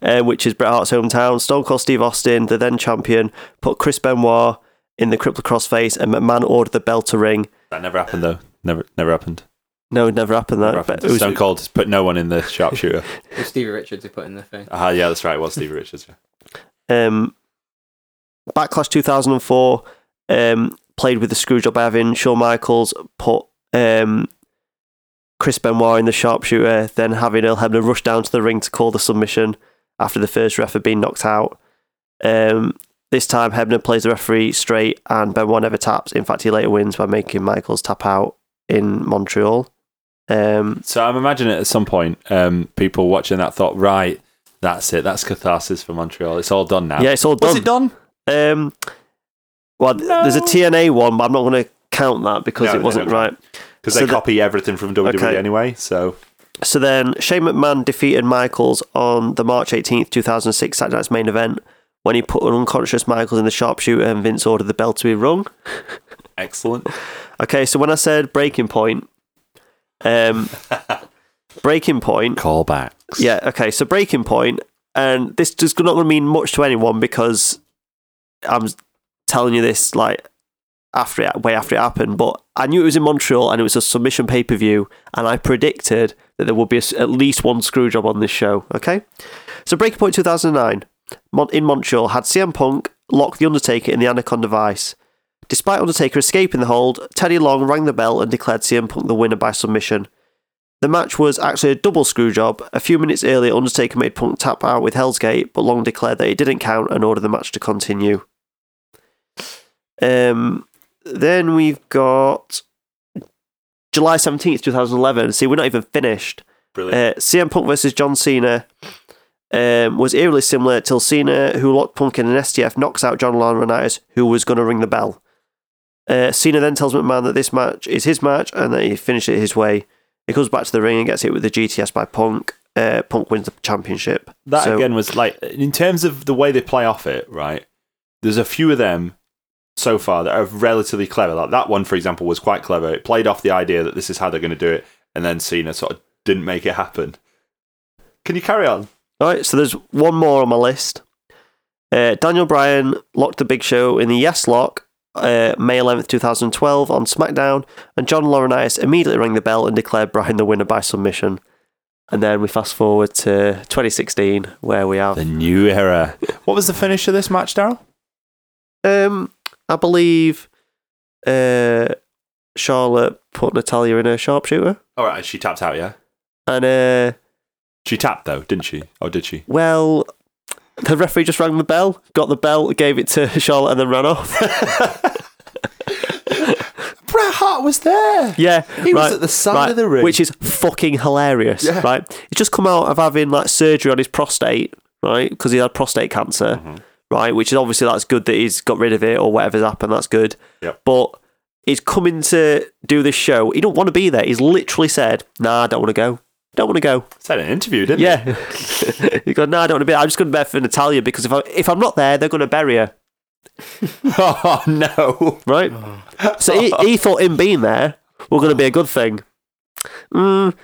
[SPEAKER 4] Uh, which is Bret Hart's hometown. Stone Cold Steve Austin, the then champion, put Chris Benoit in the cripple crossface, and McMahon ordered the bell to ring.
[SPEAKER 2] That never happened, though. Never never happened.
[SPEAKER 4] No, it never happened. That
[SPEAKER 2] Never happened.
[SPEAKER 4] but it was-
[SPEAKER 2] Stone Cold has put no one in the sharpshooter.
[SPEAKER 1] It was Stevie Richards who put in the thing.
[SPEAKER 2] Ah, yeah, that's right. It was Steve Richards. yeah.
[SPEAKER 4] Um, Backlash 2004 um, played with the Screwjob Evan. Shawn Michaels put um, Chris Benoit in the sharpshooter, then having Earl Hebner rush down to the ring to call the submission after the first ref had been knocked out. Um, this time, Hebner plays the referee straight and Benoit never taps. In fact, he later wins by making Michaels tap out in Montreal. Um,
[SPEAKER 2] So I'm imagining at some point, um, people watching that thought, right, that's it. That's catharsis for Montreal. It's all done now.
[SPEAKER 4] yeah, it's all done.
[SPEAKER 2] Was it done?
[SPEAKER 4] Um, well, th- there's a
[SPEAKER 2] No.
[SPEAKER 4] TNA one, but I'm not going to count that because
[SPEAKER 2] No,
[SPEAKER 4] it
[SPEAKER 2] they
[SPEAKER 4] wasn't
[SPEAKER 2] don't
[SPEAKER 4] right.
[SPEAKER 2] Because
[SPEAKER 4] So
[SPEAKER 2] they
[SPEAKER 4] the-
[SPEAKER 2] copy everything from WWE
[SPEAKER 4] Okay.
[SPEAKER 2] anyway. So
[SPEAKER 4] So then Shane McMahon defeated Michaels on the March 18th, 2006 Saturday Night's main event when he put an unconscious Michaels in the sharpshooter and Vince ordered the bell to be rung.
[SPEAKER 2] excellent.
[SPEAKER 4] Okay, so when I said breaking point, um, breaking point
[SPEAKER 2] Callbacks.
[SPEAKER 4] Yeah, okay. So breaking point, and this is not going to mean much to anyone because I'm telling you this like after it, way after it happened. But I knew it was in Montreal and it was a submission pay per view, and I predicted that there would be a s at least one screw job on this show. Okay, so breaking point 2009 Mon- in Montreal had CM Punk lock the Undertaker in the Anaconda Vice. Despite Undertaker escaping the hold, Teddy Long rang the bell and declared CM Punk the winner by submission. The match was actually a double screw job. A few minutes earlier, Undertaker made Punk tap out with Hell's Gate, but Long declared that it didn't count and ordered the match to continue. Um, then we've got July 17th, 2011. See, we're not even finished.
[SPEAKER 2] Brilliant.
[SPEAKER 4] Uh, CM Punk versus John Cena um, was eerily similar till Cena, who locked Punk in an STF, knocks out John Laurinaitis, who was going to ring the bell. Uh, Cena then tells McMahon that this match is his match and that he finished it his way. He comes back to the ring and gets hit with the GTS by Punk. Uh, Punk wins the championship.
[SPEAKER 2] that
[SPEAKER 4] So-
[SPEAKER 2] again was like in terms of the way they play off it, right? There's a few of them so far that are relatively clever. Like that one, for example, was quite clever. It played off the idea that this is how they're going to do it, and then Cena sort of didn't make it happen. Can you carry on?
[SPEAKER 4] All right, so there's one more on my list. Uh, Daniel Bryan locked the Big Show in the Yes Lock, uh, May 11th, 2012, on SmackDown, and John Laurinaitis immediately rang the bell and declared Bryan the winner by submission. And then we fast forward to 2016, where we have,
[SPEAKER 2] new era. what was the finish of this match, Daryl?
[SPEAKER 4] um, I believe, uh, Charlotte put Natalia in a sharpshooter,
[SPEAKER 2] All right, she tapped out. Yeah,
[SPEAKER 4] and uh,
[SPEAKER 2] she tapped though, didn't she? Or did she?
[SPEAKER 4] well, the referee just rang the bell, got the bell, gave it to Charlotte, and then ran off.
[SPEAKER 2] Bret Hart was there.
[SPEAKER 4] Yeah,
[SPEAKER 2] He was
[SPEAKER 4] right,
[SPEAKER 2] at the side
[SPEAKER 4] right,
[SPEAKER 2] of the ring.
[SPEAKER 4] which is fucking hilarious.
[SPEAKER 2] Yeah.
[SPEAKER 4] Right, he's just come out of having like surgery on his prostate, right, because he had prostate cancer,
[SPEAKER 2] Mm-hmm.
[SPEAKER 4] right, which is obviously that's good that he's got rid of it or whatever's happened. That's good.
[SPEAKER 2] Yep.
[SPEAKER 4] But he's coming to do this show. He don't want to be there. He's literally said, "Nah, I don't want to go. Don't want to go."
[SPEAKER 2] Said in an interview, didn't he?
[SPEAKER 4] Yeah, he goes, "Nah, I don't want to be. there. I'm just going to be there for Natalia because if I if I'm not there, they're going to bury her."
[SPEAKER 2] oh no.
[SPEAKER 4] right? So he, he thought him being there were going to be a good thing. Mm,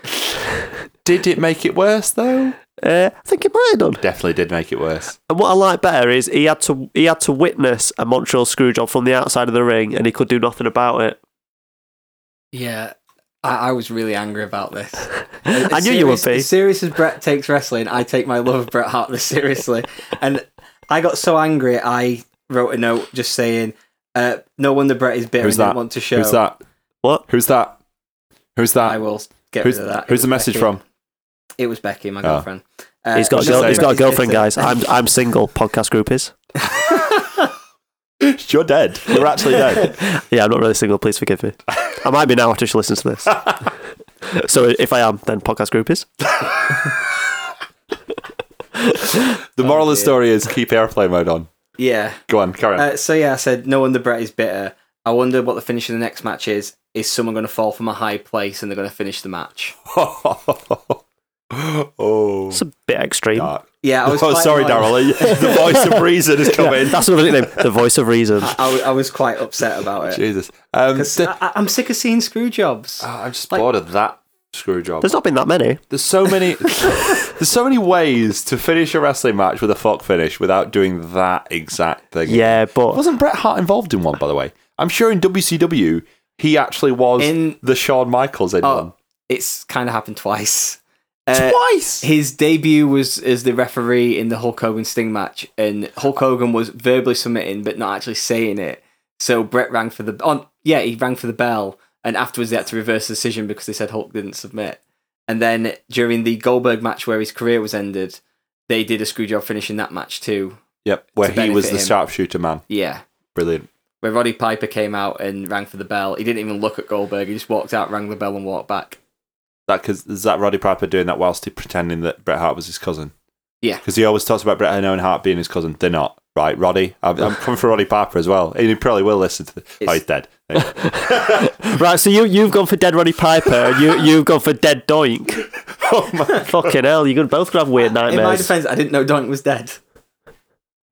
[SPEAKER 2] Did it make it worse though?
[SPEAKER 4] uh, I think it might have done.
[SPEAKER 2] Definitely did make it worse.
[SPEAKER 4] And what I like better is he had to he had to witness a Montreal Screwjob from the outside of the ring, and he could do nothing about it.
[SPEAKER 1] Yeah, I, I was really angry about this. As
[SPEAKER 4] I knew you would
[SPEAKER 1] serious-
[SPEAKER 4] be.
[SPEAKER 1] As serious as Bret takes wrestling, I take my love of Bret Hart this seriously. and I got so angry, I wrote a note just saying, uh, "No wonder Bret is bitter
[SPEAKER 2] Who's
[SPEAKER 1] and didn't
[SPEAKER 2] that?
[SPEAKER 1] want to show."
[SPEAKER 2] Who's that?
[SPEAKER 4] What?
[SPEAKER 2] Who's that? Who's
[SPEAKER 1] I
[SPEAKER 2] that?
[SPEAKER 1] will get
[SPEAKER 2] Who's,
[SPEAKER 1] rid of that. It
[SPEAKER 2] who's the
[SPEAKER 1] was
[SPEAKER 2] message
[SPEAKER 1] Becky.
[SPEAKER 2] from?
[SPEAKER 1] It was Becky, my
[SPEAKER 2] Oh.
[SPEAKER 1] girlfriend. Uh,
[SPEAKER 4] He's got a
[SPEAKER 1] no,
[SPEAKER 4] girl, he's
[SPEAKER 1] Bret
[SPEAKER 4] got a
[SPEAKER 1] is bitter.
[SPEAKER 4] girlfriend, guys. I'm I'm single. Podcast group is.
[SPEAKER 2] You're dead. You're actually dead.
[SPEAKER 4] Yeah, I'm not really single. Please forgive me. I might be now after she listens to this. so if I am, then podcast group is.
[SPEAKER 2] The moral of the story is keep airplane mode on.
[SPEAKER 1] Yeah.
[SPEAKER 2] Go on, carry on.
[SPEAKER 1] Uh, so yeah, I said no wonder Brett is bitter. I wonder what the finish of the next match is. Is someone going to fall from a high place and they're going to finish the match?
[SPEAKER 2] oh,
[SPEAKER 4] It's a bit extreme.
[SPEAKER 2] dark.
[SPEAKER 1] Yeah, I was.
[SPEAKER 2] Oh,
[SPEAKER 1] quite
[SPEAKER 2] sorry,
[SPEAKER 1] annoyed.
[SPEAKER 2] Daryl. The voice of reason has come in.
[SPEAKER 4] That's another nickname. The voice of reason.
[SPEAKER 1] I, wa- I was quite upset about it.
[SPEAKER 2] Jesus. Um, d-
[SPEAKER 1] I, am sick of seeing screw jobs.
[SPEAKER 2] oh, I'm just bored of that screw job.
[SPEAKER 4] There's not been that many.
[SPEAKER 2] There's so many. there's so many ways to finish a wrestling match with a fuck finish without doing that exact thing.
[SPEAKER 4] Yeah, but
[SPEAKER 2] Wasn't Bret Hart involved in one, by the way? I'm sure in WCW he actually was
[SPEAKER 1] In-
[SPEAKER 2] the Shawn Michaels in one.
[SPEAKER 1] Oh, it's kind of happened twice. Uh,
[SPEAKER 2] Twice.
[SPEAKER 1] His debut was as the referee in the Hulk Hogan Sting match, and Hulk Hogan was verbally submitting but not actually saying it. So Brett rang for the on yeah he rang for the bell, and afterwards they had to reverse the decision because they said Hulk didn't submit. And then during the Goldberg match where his career was ended, they did a screwjob finish in that match too.
[SPEAKER 2] Yep, where he was
[SPEAKER 1] benefit
[SPEAKER 2] the
[SPEAKER 1] him.
[SPEAKER 2] sharpshooter man.
[SPEAKER 1] Yeah,
[SPEAKER 2] Brilliant.
[SPEAKER 1] where Roddy Piper came out and rang for the bell. He didn't even look at Goldberg. He just walked out, rang the bell, and walked back.
[SPEAKER 2] That because is that Roddy Piper doing that whilst he pretending that Bret Hart was his cousin?
[SPEAKER 1] Yeah.
[SPEAKER 2] because he always talks about Bret Hart and Hart being his cousin. They're not, right? Roddy, I'm, I'm coming for Roddy Piper as well. And he probably will listen to. The, oh,
[SPEAKER 1] It's-
[SPEAKER 2] he's dead. There you go.
[SPEAKER 4] right. So you you've gone for dead Roddy Piper. and you you've gone for dead Doink.
[SPEAKER 2] oh my.
[SPEAKER 4] Fucking hell, you're both gonna have weird
[SPEAKER 1] In my
[SPEAKER 4] nightmares.
[SPEAKER 1] defense, I didn't know Doink was dead.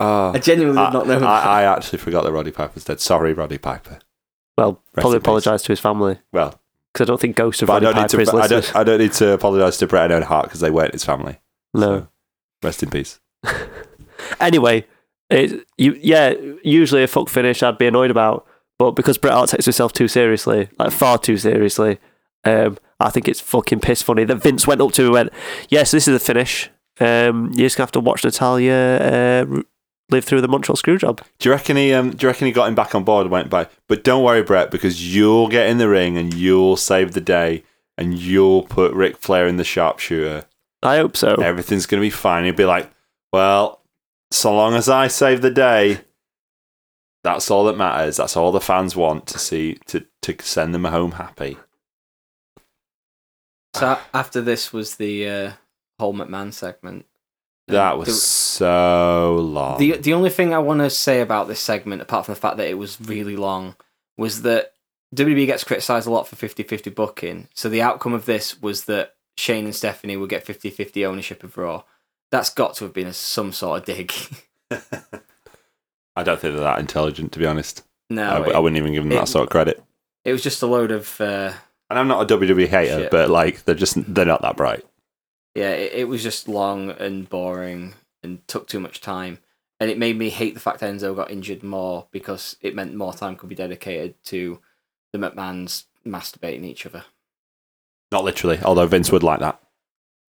[SPEAKER 2] Oh.
[SPEAKER 1] I genuinely did
[SPEAKER 2] I,
[SPEAKER 1] not know. that.
[SPEAKER 2] I, I actually forgot that Roddy Piper's dead. Sorry, Roddy Piper.
[SPEAKER 4] Well,
[SPEAKER 2] in
[SPEAKER 4] probably
[SPEAKER 2] peace.
[SPEAKER 4] apologise to his family
[SPEAKER 2] Well,
[SPEAKER 4] because I don't think Ghost of
[SPEAKER 2] but I
[SPEAKER 4] Roddy
[SPEAKER 2] don't, need
[SPEAKER 4] Piper is
[SPEAKER 2] to, I,
[SPEAKER 4] listening.
[SPEAKER 2] don't, I don't need to apologise to Bret and Hart because they weren't his family.
[SPEAKER 4] No.
[SPEAKER 2] Rest in peace.
[SPEAKER 4] anyway, it, you yeah, usually a fuck finish I'd be annoyed about, but because Bret Hart takes himself too seriously, like far too seriously, um, I think it's fucking piss funny that Vince went up to him and went, "Yes, this is the finish. Um, you just have to watch Natalia uh, r- live through the Montreal Screwjob."
[SPEAKER 2] Do you reckon he? Um, do you reckon he got him back on board? and Went by, but don't worry, Brett, because you'll get in the ring and you'll save the day and you'll put Ric Flair in the sharpshooter.
[SPEAKER 4] I hope
[SPEAKER 1] Oh.
[SPEAKER 4] so.
[SPEAKER 2] Everything's gonna be fine. He'd be like, well, so long as I save the day, that's all that matters. That's all the fans want to see to to send them home happy.
[SPEAKER 1] So a- after this was the uh, whole McMahon segment. Um,
[SPEAKER 2] That was so long.
[SPEAKER 1] the, the the only thing I want to say about this segment, apart from the fact that it was really long, was that WWE gets criticised a lot for 50-50 booking. So the outcome of this was that Shane and Stephanie would get 50-50 ownership of Raw. That's got to have been some sort of dig.
[SPEAKER 2] I don't think they're that intelligent, to be honest.
[SPEAKER 1] no,
[SPEAKER 2] I,
[SPEAKER 1] it,
[SPEAKER 2] I wouldn't even give them that
[SPEAKER 1] it-
[SPEAKER 2] sort of credit.
[SPEAKER 1] it was just a load of uh,
[SPEAKER 2] And I'm not a WWE hater,
[SPEAKER 1] Shit.
[SPEAKER 2] but like they're just they're not that bright.
[SPEAKER 1] yeah. It, it was just long and boring and took too much time. And it made me hate the fact Enzo got injured more because it meant more time could be dedicated to the McMahons masturbating each other.
[SPEAKER 2] Not literally, although Vince would like that.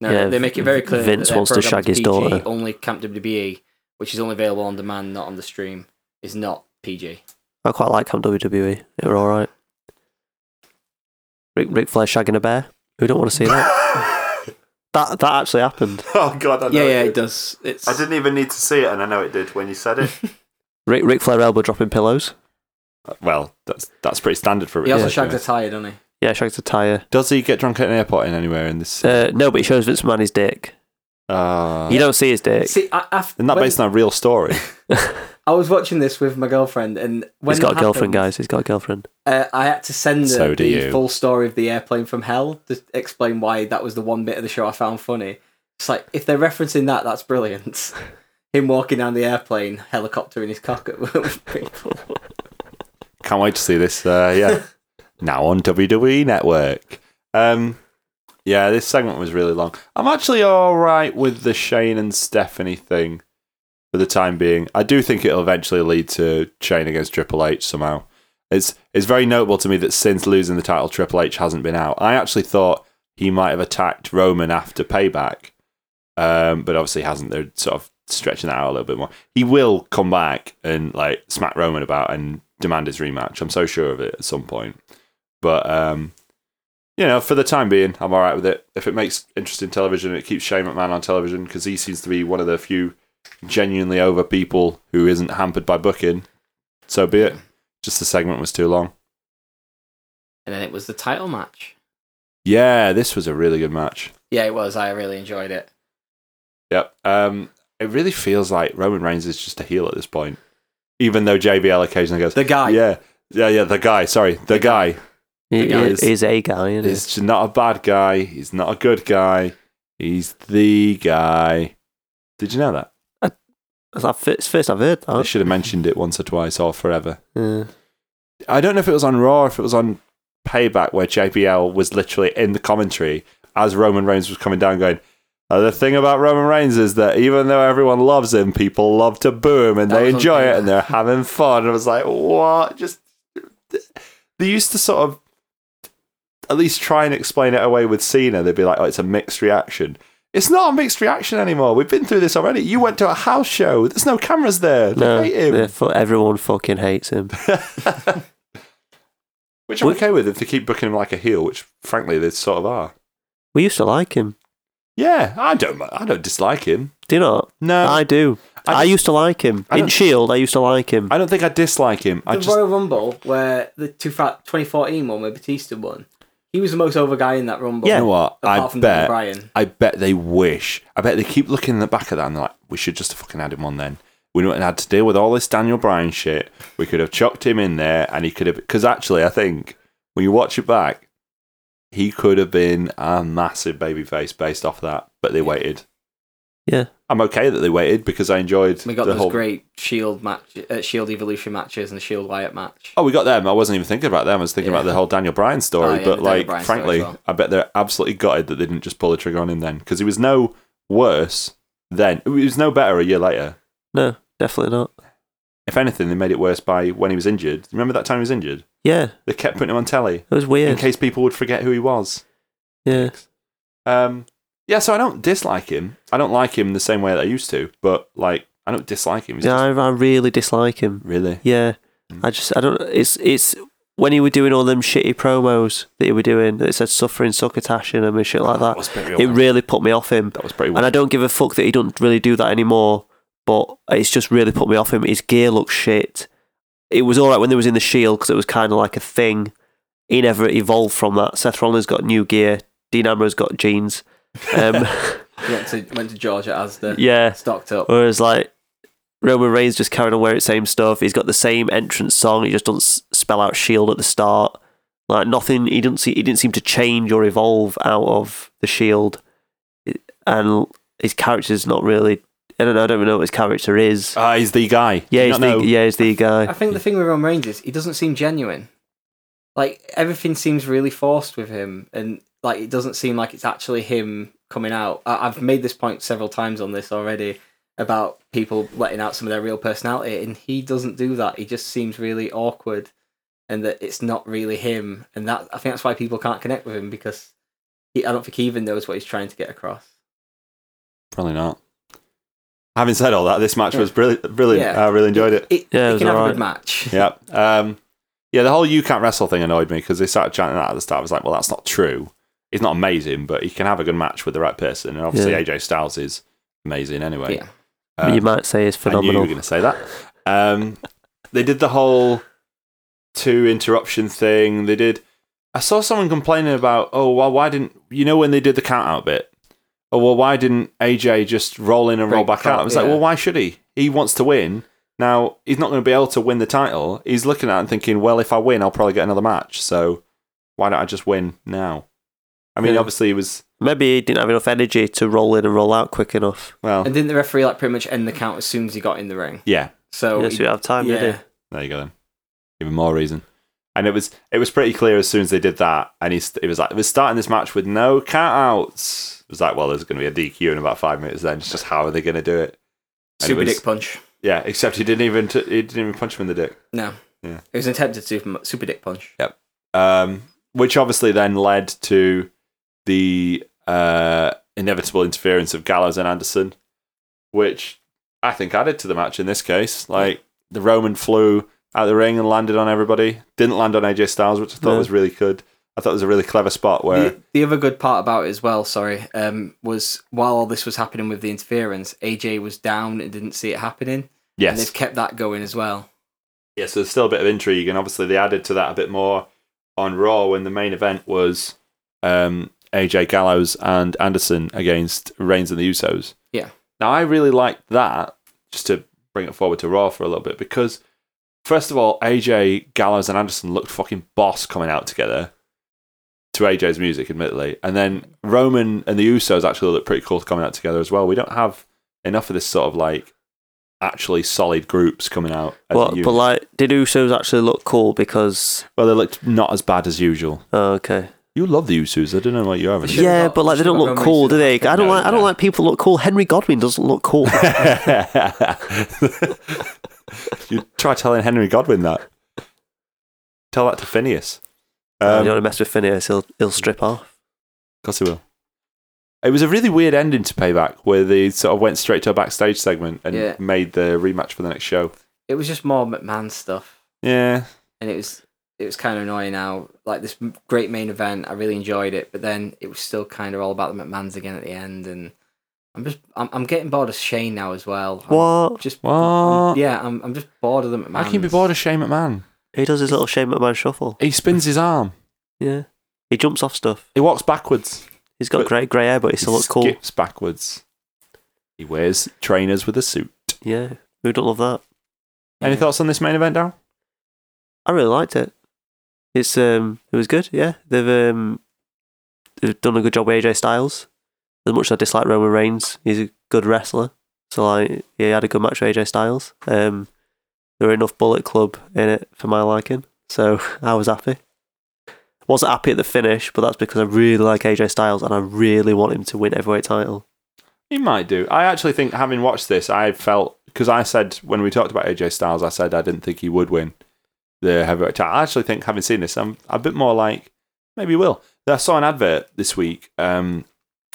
[SPEAKER 1] No,
[SPEAKER 4] Yeah,
[SPEAKER 1] they make it very clear. that
[SPEAKER 4] Vince
[SPEAKER 1] their
[SPEAKER 4] wants to
[SPEAKER 1] program
[SPEAKER 4] shag
[SPEAKER 1] is
[SPEAKER 4] his
[SPEAKER 1] PG,
[SPEAKER 4] daughter.
[SPEAKER 1] Only Camp WWE, which is only available on demand, not on the stream, is not PG.
[SPEAKER 4] I quite like on WWE. They were E, all right. Rick Ric Flair shagging a bear. Who don't want to see that? that that actually happened.
[SPEAKER 2] oh god, I
[SPEAKER 1] Yeah, yeah, it does. It's
[SPEAKER 2] even need to see it, and I know it did when you said it.
[SPEAKER 4] Rick Ric Flair elbow dropping pillows.
[SPEAKER 2] well, that's that's pretty standard for.
[SPEAKER 1] He also
[SPEAKER 2] Ric Flair, to
[SPEAKER 1] shagged
[SPEAKER 2] be
[SPEAKER 1] a
[SPEAKER 2] honest.
[SPEAKER 1] tire, doesn't he?
[SPEAKER 4] Yeah, shags a tire.
[SPEAKER 2] Does he get drunk at an airport in anywhere in this?
[SPEAKER 4] Uh, no, but he shows Vince McMahon his dick.
[SPEAKER 2] Uh,
[SPEAKER 4] You don't see his dick.
[SPEAKER 1] See, I, after,
[SPEAKER 2] Isn't that
[SPEAKER 1] when,
[SPEAKER 2] based on a real story?
[SPEAKER 1] I was watching this with my girlfriend, and when
[SPEAKER 4] He's got a
[SPEAKER 1] that
[SPEAKER 4] girlfriend,
[SPEAKER 1] happened,
[SPEAKER 4] guys. He's got a girlfriend.
[SPEAKER 1] Uh, I had to send her
[SPEAKER 2] So do
[SPEAKER 1] the
[SPEAKER 2] you.
[SPEAKER 1] full story of the airplane from hell to explain why that was the one bit of the show I found funny. It's like if they're referencing that, that's brilliant. Him walking down the airplane, helicopter in his cock at people.
[SPEAKER 2] Can't wait to see this. Uh, yeah, now on WWE Network. Um, yeah, this segment was really long. I'm actually all right with the Shane and Stephanie thing for the time being. I do think it'll eventually lead to Shane against Triple H somehow. It's it's very notable to me that since losing the title, Triple H hasn't been out. I actually thought he might have attacked Roman after Payback, um, but obviously hasn't. They're sort of stretching that out a little bit more. He will come back and like smack Roman about and demand his rematch. I'm so sure of it at some point. But um, you know, for the time being, I'm all right with it. If it makes interesting television, it keeps Shane McMahon on television because he seems to be one of the few genuinely over people who isn't hampered by booking. So be it. Just the segment was too long.
[SPEAKER 1] And then it was the title match.
[SPEAKER 2] Yeah, this was a really good match.
[SPEAKER 1] Yeah, it was. I really enjoyed it.
[SPEAKER 2] Yep. Um, it really feels like Roman Reigns is just a heel at this point, even though JBL occasionally goes,
[SPEAKER 1] The guy.
[SPEAKER 2] Yeah, yeah, yeah. The guy. Sorry, the guy.
[SPEAKER 4] He,
[SPEAKER 1] guy
[SPEAKER 4] he-
[SPEAKER 2] is-
[SPEAKER 4] he's a guy, isn't he?
[SPEAKER 2] He's just not a bad guy. He's not a good guy. He's the guy. Did you know that?
[SPEAKER 4] That's the first, first I've heard
[SPEAKER 2] I
[SPEAKER 4] that.
[SPEAKER 2] should have mentioned it once or twice or forever.
[SPEAKER 4] Yeah.
[SPEAKER 2] I don't know if it was on Raw or if it was on Payback where JBL was literally in the commentary as Roman Reigns was coming down going, "Uh, the thing about Roman Reigns is that even though everyone loves him, people love to boo him and
[SPEAKER 1] That
[SPEAKER 2] they
[SPEAKER 1] was on
[SPEAKER 2] enjoy it
[SPEAKER 1] Payback.
[SPEAKER 2] and they're having fun. And I was like, what? Just they used to sort of at least try and explain it away with Cena. They'd be like, oh, it's a mixed reaction. It's not a mixed reaction anymore. We've been through this already. You went to a house show. There's no cameras there. They
[SPEAKER 4] No,
[SPEAKER 2] hate him.
[SPEAKER 4] they're fu- everyone fucking hates him.
[SPEAKER 2] Which I'm
[SPEAKER 4] Would-
[SPEAKER 2] okay with if they keep booking him like a heel, which frankly they sort of are.
[SPEAKER 4] We used to like him.
[SPEAKER 2] Yeah, I don't, I don't dislike him.
[SPEAKER 4] Do you not?
[SPEAKER 2] No,
[SPEAKER 4] I
[SPEAKER 2] I,
[SPEAKER 4] do.
[SPEAKER 2] I
[SPEAKER 4] I,
[SPEAKER 2] just-
[SPEAKER 4] used to like him.
[SPEAKER 2] I
[SPEAKER 4] In
[SPEAKER 2] don't-
[SPEAKER 4] Shield, I used to like him.
[SPEAKER 2] don't think I dislike him. I
[SPEAKER 1] the
[SPEAKER 2] just,
[SPEAKER 1] Royal Rumble, where the two fa- 2014 one where Batista won, he was the most over guy in that Rumble.
[SPEAKER 4] Yeah.
[SPEAKER 2] you know what? I
[SPEAKER 1] Apart from Daniel
[SPEAKER 2] bet,
[SPEAKER 1] Bryan.
[SPEAKER 2] I bet they wish. I bet they keep looking in the back of that and they're like, we should just have fucking had him on then. We wouldn't have had to deal with all this Daniel Bryan shit. We could have chucked him in there and he could have, because actually, I think when you watch it back, he could have been a massive babyface based off that, but they waited.
[SPEAKER 4] Yeah.
[SPEAKER 2] I'm okay that they waited because I enjoyed
[SPEAKER 1] We got
[SPEAKER 2] the
[SPEAKER 1] those
[SPEAKER 2] whole
[SPEAKER 1] great Shield match, uh, Shield Evolution matches, and the Shield Wyatt match.
[SPEAKER 2] Oh, we got them. I wasn't even thinking about them. I was thinking
[SPEAKER 1] Yeah.
[SPEAKER 2] about the whole Daniel Bryan story.
[SPEAKER 1] Oh, yeah,
[SPEAKER 2] but
[SPEAKER 1] the Daniel
[SPEAKER 2] like,
[SPEAKER 1] Bryan story
[SPEAKER 2] frankly,
[SPEAKER 1] as well.
[SPEAKER 2] I bet they're absolutely gutted that they didn't just pull the trigger on him then, because he was no worse then. He was no better a year later.
[SPEAKER 4] No, definitely not.
[SPEAKER 2] If anything, they made it worse by when he was injured. Remember that time he was injured?
[SPEAKER 4] Yeah,
[SPEAKER 2] They kept putting him on telly
[SPEAKER 4] it was
[SPEAKER 2] in
[SPEAKER 4] weird.
[SPEAKER 2] case people would forget who he was.
[SPEAKER 4] Yeah,
[SPEAKER 2] Um, yeah, so I don't dislike him. I don't like him the same way that I used to, but like, I don't dislike him. He's
[SPEAKER 4] yeah,
[SPEAKER 2] just
[SPEAKER 4] I, I really dislike him.
[SPEAKER 2] really.
[SPEAKER 4] Yeah, I just I don't. It's it's when he were doing all them shitty promos that he were doing that said suffering succotash in him and shit like
[SPEAKER 2] That
[SPEAKER 4] that.
[SPEAKER 2] was pretty.
[SPEAKER 4] It
[SPEAKER 2] awful.
[SPEAKER 4] really put me off him,
[SPEAKER 2] that was pretty.
[SPEAKER 4] and I don't give a fuck that he don't really do that anymore. But it's just really put me off him. His gear looks shit. It was all right when they was in the Shield because it was kind of like a thing. He never evolved from that. Seth Rollins got new gear. Dean Ambrose's got jeans. Um,
[SPEAKER 1] He went to went to Georgia as the
[SPEAKER 4] yeah,
[SPEAKER 1] stocked up.
[SPEAKER 4] Whereas like Roman Reigns just carrying on wearing the same stuff. He's got the same entrance song. He just doesn't s- spell out Shield at the start. Like nothing. He didn't see. He didn't seem to change or evolve out of the Shield. It- E And his character's not really. I don't know. I don't even know what his character is.
[SPEAKER 2] Ah, he's the guy.
[SPEAKER 4] yeah,
[SPEAKER 2] You
[SPEAKER 4] he's
[SPEAKER 2] not
[SPEAKER 4] the
[SPEAKER 2] know? Uh,
[SPEAKER 4] yeah, he's the
[SPEAKER 1] I
[SPEAKER 4] guy.
[SPEAKER 1] think the thing with Roman Reigns is he doesn't seem genuine. Like everything seems really forced with him, and like it doesn't seem like it's actually him coming out. I- I've made this point several times on this already about people letting out some of their real personality, and he doesn't do that. He just seems really awkward, and that it's not really him. And that I think that's why people can't connect with him because he, I don't think he even knows what he's trying to get across.
[SPEAKER 2] Probably not. Having said all that, this match
[SPEAKER 1] Yeah.
[SPEAKER 2] was brilliant. Brilliant.
[SPEAKER 1] Yeah.
[SPEAKER 2] I really enjoyed it.
[SPEAKER 1] It,
[SPEAKER 4] Yeah, it
[SPEAKER 1] it
[SPEAKER 4] was
[SPEAKER 1] can have a
[SPEAKER 4] alright.
[SPEAKER 1] good match.
[SPEAKER 2] yeah. Um, yeah, the whole you can't wrestle thing annoyed me because they started chanting that at the start. I was like, well, that's not true. He's not amazing, but he can have a good match with the right person. And obviously,
[SPEAKER 4] Yeah.
[SPEAKER 2] AJ Styles is amazing anyway.
[SPEAKER 1] Yeah.
[SPEAKER 2] Uh,
[SPEAKER 4] you might say is
[SPEAKER 2] I knew you were
[SPEAKER 4] phenomenal.
[SPEAKER 2] going to say that. Um, they did the whole two interruption thing. They did. I saw someone complaining about, oh, well, why didn't you know when they did the count out bit? Oh, well, why didn't AJ just roll in and roll
[SPEAKER 1] Break
[SPEAKER 2] back
[SPEAKER 1] the
[SPEAKER 2] out?
[SPEAKER 1] count,
[SPEAKER 2] I was like,
[SPEAKER 1] yeah.
[SPEAKER 2] well, why should he? He wants to win. Now he's not going to be able to win the title. He's looking at it and thinking, well, if I win, I'll probably get another match. So why don't I just win now? I mean,
[SPEAKER 4] Yeah.
[SPEAKER 2] obviously, it was
[SPEAKER 4] Maybe he didn't have enough energy to roll in and roll out quick enough.
[SPEAKER 2] well,
[SPEAKER 1] And didn't the referee like pretty much end the count as soon as he got in the ring?
[SPEAKER 2] yeah.
[SPEAKER 1] So
[SPEAKER 4] yes,
[SPEAKER 1] he-
[SPEAKER 4] we have time, did he?
[SPEAKER 1] yeah.
[SPEAKER 2] There you go then. Even more reason. And it was it was pretty clear as soon as they did that, and he st- it was like we're starting this match with no countouts. It was like, well, there's going to be a DQ in about five minutes. Then it's just how are they going to do it? And it
[SPEAKER 1] Super
[SPEAKER 2] was-
[SPEAKER 1] dick punch.
[SPEAKER 2] Yeah, except he didn't even t- he didn't even punch him in the dick.
[SPEAKER 1] No.
[SPEAKER 2] Yeah.
[SPEAKER 1] It was an attempted super, super dick punch.
[SPEAKER 2] um, which obviously then led to the uh, inevitable interference of Gallows and Anderson, which I think added to the match in this case. Like the Roman flew out the ring and landed on everybody, didn't land on AJ Styles, which I thought
[SPEAKER 4] No.
[SPEAKER 2] was really good. I thought it was a really clever spot where
[SPEAKER 1] The, the other good part about it as well, sorry, um, was while all this was happening with the interference, AJ was down and didn't see it happening. And
[SPEAKER 2] yes,
[SPEAKER 1] they've kept that going as well.
[SPEAKER 2] yeah, so there's still a bit of intrigue, and obviously they added to that a bit more on Raw when the main event was um, AJ Gallows and Anderson against Reigns and the Usos.
[SPEAKER 1] Yeah.
[SPEAKER 2] Now I really liked that, just to bring it forward to Raw for a little bit, because first of all, AJ Gallows and Anderson looked fucking boss coming out together to AJ's music, admittedly, and then Roman and the Usos actually looked pretty cool coming out together as well. We don't have enough of this sort of like actually solid groups coming out. as a
[SPEAKER 4] Well, but
[SPEAKER 2] unit.
[SPEAKER 4] like, did Usos actually look cool? Because
[SPEAKER 2] Well, they looked not as bad as usual.
[SPEAKER 4] oh, okay,
[SPEAKER 2] You love the Usos. I don't know what you have.
[SPEAKER 1] They should've
[SPEAKER 4] yeah,
[SPEAKER 1] got-
[SPEAKER 4] but like they
[SPEAKER 1] should've
[SPEAKER 4] don't
[SPEAKER 1] got
[SPEAKER 4] look
[SPEAKER 1] Roman
[SPEAKER 4] cool,
[SPEAKER 1] Reigns
[SPEAKER 4] do
[SPEAKER 1] in
[SPEAKER 4] they?
[SPEAKER 1] the
[SPEAKER 4] I don't
[SPEAKER 2] No,
[SPEAKER 4] like. I
[SPEAKER 2] yeah. Um,
[SPEAKER 4] don't like people look cool. Henry Godwin doesn't look cool.
[SPEAKER 2] you try telling Henry Godwin that. Tell that to Phineas.
[SPEAKER 1] Oh,
[SPEAKER 4] I you
[SPEAKER 2] Um,
[SPEAKER 4] want to mess with Phineas, he'll he'll strip off.
[SPEAKER 2] of course he will. It was a really weird ending to Payback, where they sort of went straight to a backstage segment and
[SPEAKER 1] Yeah.
[SPEAKER 2] made the rematch for the next show.
[SPEAKER 1] It was just more McMahon stuff,
[SPEAKER 2] Yeah,
[SPEAKER 1] and it was it was kind of annoying. Now, like this m- great main event, I really enjoyed it, but then it was still kind of all about the McMahons again at the end, and I'm just I'm, I'm getting bored of Shane now as well. I'm
[SPEAKER 4] What?
[SPEAKER 1] Just
[SPEAKER 2] What?
[SPEAKER 1] I'm- yeah, I'm I'm just bored of the McMahons.
[SPEAKER 2] I can you be bored of Shane McMahon.
[SPEAKER 4] He does his little Shane McMahon shuffle.
[SPEAKER 2] He spins his arm.
[SPEAKER 4] Yeah, he jumps off stuff.
[SPEAKER 2] He walks backwards.
[SPEAKER 4] He's got
[SPEAKER 2] But-
[SPEAKER 4] grey grey hair, but he still looks cool.
[SPEAKER 2] Skips backwards. He wears trainers with a suit.
[SPEAKER 4] Yeah, who don't love that?
[SPEAKER 2] Any
[SPEAKER 1] Yeah.
[SPEAKER 2] thoughts on this main event, Darren?
[SPEAKER 4] I really liked it. It's um, it was good. Yeah, they've um, they've done a good job with AJ Styles. As much as I dislike Roman Reigns, he's a good wrestler. So like, he had a good match with AJ Styles. Um, there were enough Bullet Club in it for my liking, so I was happy. Wasn't happy at the finish, but that's because I really like AJ Styles and I really want him to win heavyweight title.
[SPEAKER 2] He might do. I actually think, having watched this, I felt because I said when we talked about AJ Styles, I said I didn't think he would win the heavyweight title. I actually think, having seen this, I'm a bit more like maybe he will. I saw an advert this week. Um,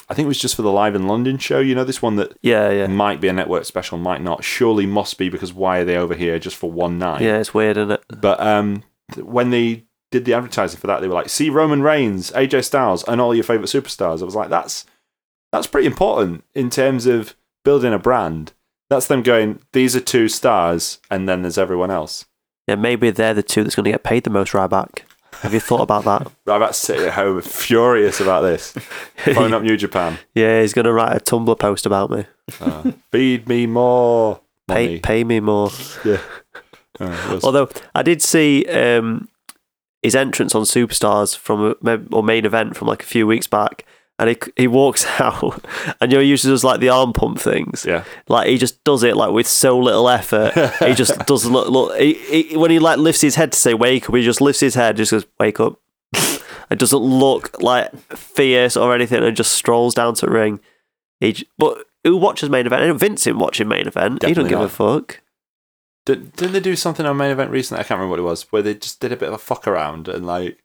[SPEAKER 2] I think it was just for the Live in London show. You know, this one that
[SPEAKER 4] Yeah, yeah,
[SPEAKER 2] might be a network special, might not. Surely must be because why are they over here just for one night?
[SPEAKER 4] yeah. It's weird, isn't it?
[SPEAKER 2] But um, th- when they did the advertising for that, they were like, "See Roman Reigns, AJ Styles, and all your favorite superstars." I was like, "That's that's pretty important in terms of building a brand." That's them going, "These are two stars, and then there's everyone else."
[SPEAKER 4] Yeah, maybe they're the two that's going to get paid the most right back. Have you thought about that?
[SPEAKER 2] I'm about sitting at home furious about this. Phone up New Japan.
[SPEAKER 4] Yeah, he's gonna write a Tumblr post about me.
[SPEAKER 2] Uh, feed me more
[SPEAKER 4] Pay,
[SPEAKER 2] money.
[SPEAKER 4] pay me more.
[SPEAKER 2] Yeah. Uh, it was-
[SPEAKER 4] Although I did see um, his entrance on Superstars from a, or main event from like a few weeks back, and he he walks out, and you know, he usually does like the arm pump things.
[SPEAKER 2] yeah.
[SPEAKER 4] Like he just does it like with so little effort. he just does look look he, he, when he like lifts his head to say wake up. He just lifts his head, just goes wake up. it doesn't look like fierce or anything, and just strolls down to the ring. He j- but who watches main event? I know Vincent watching main event. he don't
[SPEAKER 2] Definitely
[SPEAKER 4] give a
[SPEAKER 2] not.
[SPEAKER 4] fuck.
[SPEAKER 2] Did, didn't they do something on main event recently? I can't remember what it was, where they just did a bit of a fuck around and like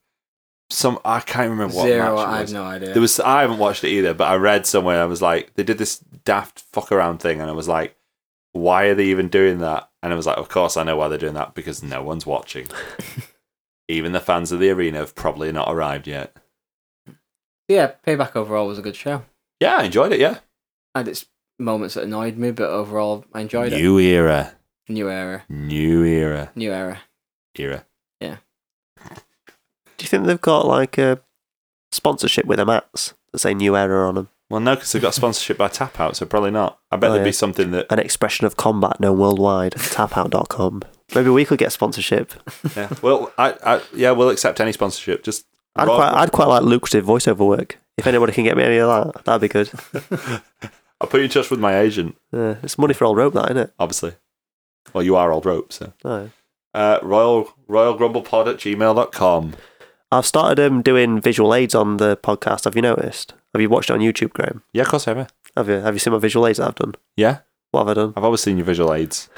[SPEAKER 2] some. I can't remember what
[SPEAKER 1] Zero,
[SPEAKER 2] match it
[SPEAKER 1] I
[SPEAKER 2] was.
[SPEAKER 1] have no idea.
[SPEAKER 2] There was I haven't watched it either, but I read somewhere I was like they did this daft fuck around thing, and I was like, why are they even doing that? And I was like, of course I know why they're doing that because no one's watching. even the fans of the arena have probably not arrived yet.
[SPEAKER 1] yeah, Payback overall was a good show.
[SPEAKER 2] Yeah, I enjoyed it. Yeah,
[SPEAKER 1] had its moments that annoyed me, but overall I enjoyed it.
[SPEAKER 2] new era,
[SPEAKER 1] New era,
[SPEAKER 2] new era,
[SPEAKER 1] new era.
[SPEAKER 2] era.
[SPEAKER 4] Do you think they've got like a sponsorship with them mats that say New Era on them?
[SPEAKER 2] Well, no, because they've got sponsorship by Tap Out, so probably not. I bet
[SPEAKER 4] Oh,
[SPEAKER 2] there'd
[SPEAKER 4] yeah.
[SPEAKER 2] be something that
[SPEAKER 4] An expression of combat known worldwide. Tapout.com. Maybe we could get sponsorship.
[SPEAKER 2] Yeah. Well, I, I yeah, we'll accept any sponsorship. Just
[SPEAKER 4] I'd
[SPEAKER 2] Rob-
[SPEAKER 4] quite, I'd quite like lucrative voiceover work. If anybody can get me any of that, that'd be good.
[SPEAKER 2] I'll put you in touch with my agent,
[SPEAKER 4] Yeah, it's money for old rope, that isn't it?
[SPEAKER 2] obviously. Well, you are old rope, so.
[SPEAKER 4] No.
[SPEAKER 2] Uh, Royal Royal Pod at gmail.com.
[SPEAKER 4] I've started um, doing visual aids on the podcast. Have you noticed? Have you watched it on YouTube, Graham?
[SPEAKER 2] Yeah, of course I have.
[SPEAKER 4] Have you? Have you seen my visual aids that I've done?
[SPEAKER 2] Yeah,
[SPEAKER 4] What have I done?
[SPEAKER 2] I've always seen your visual aids.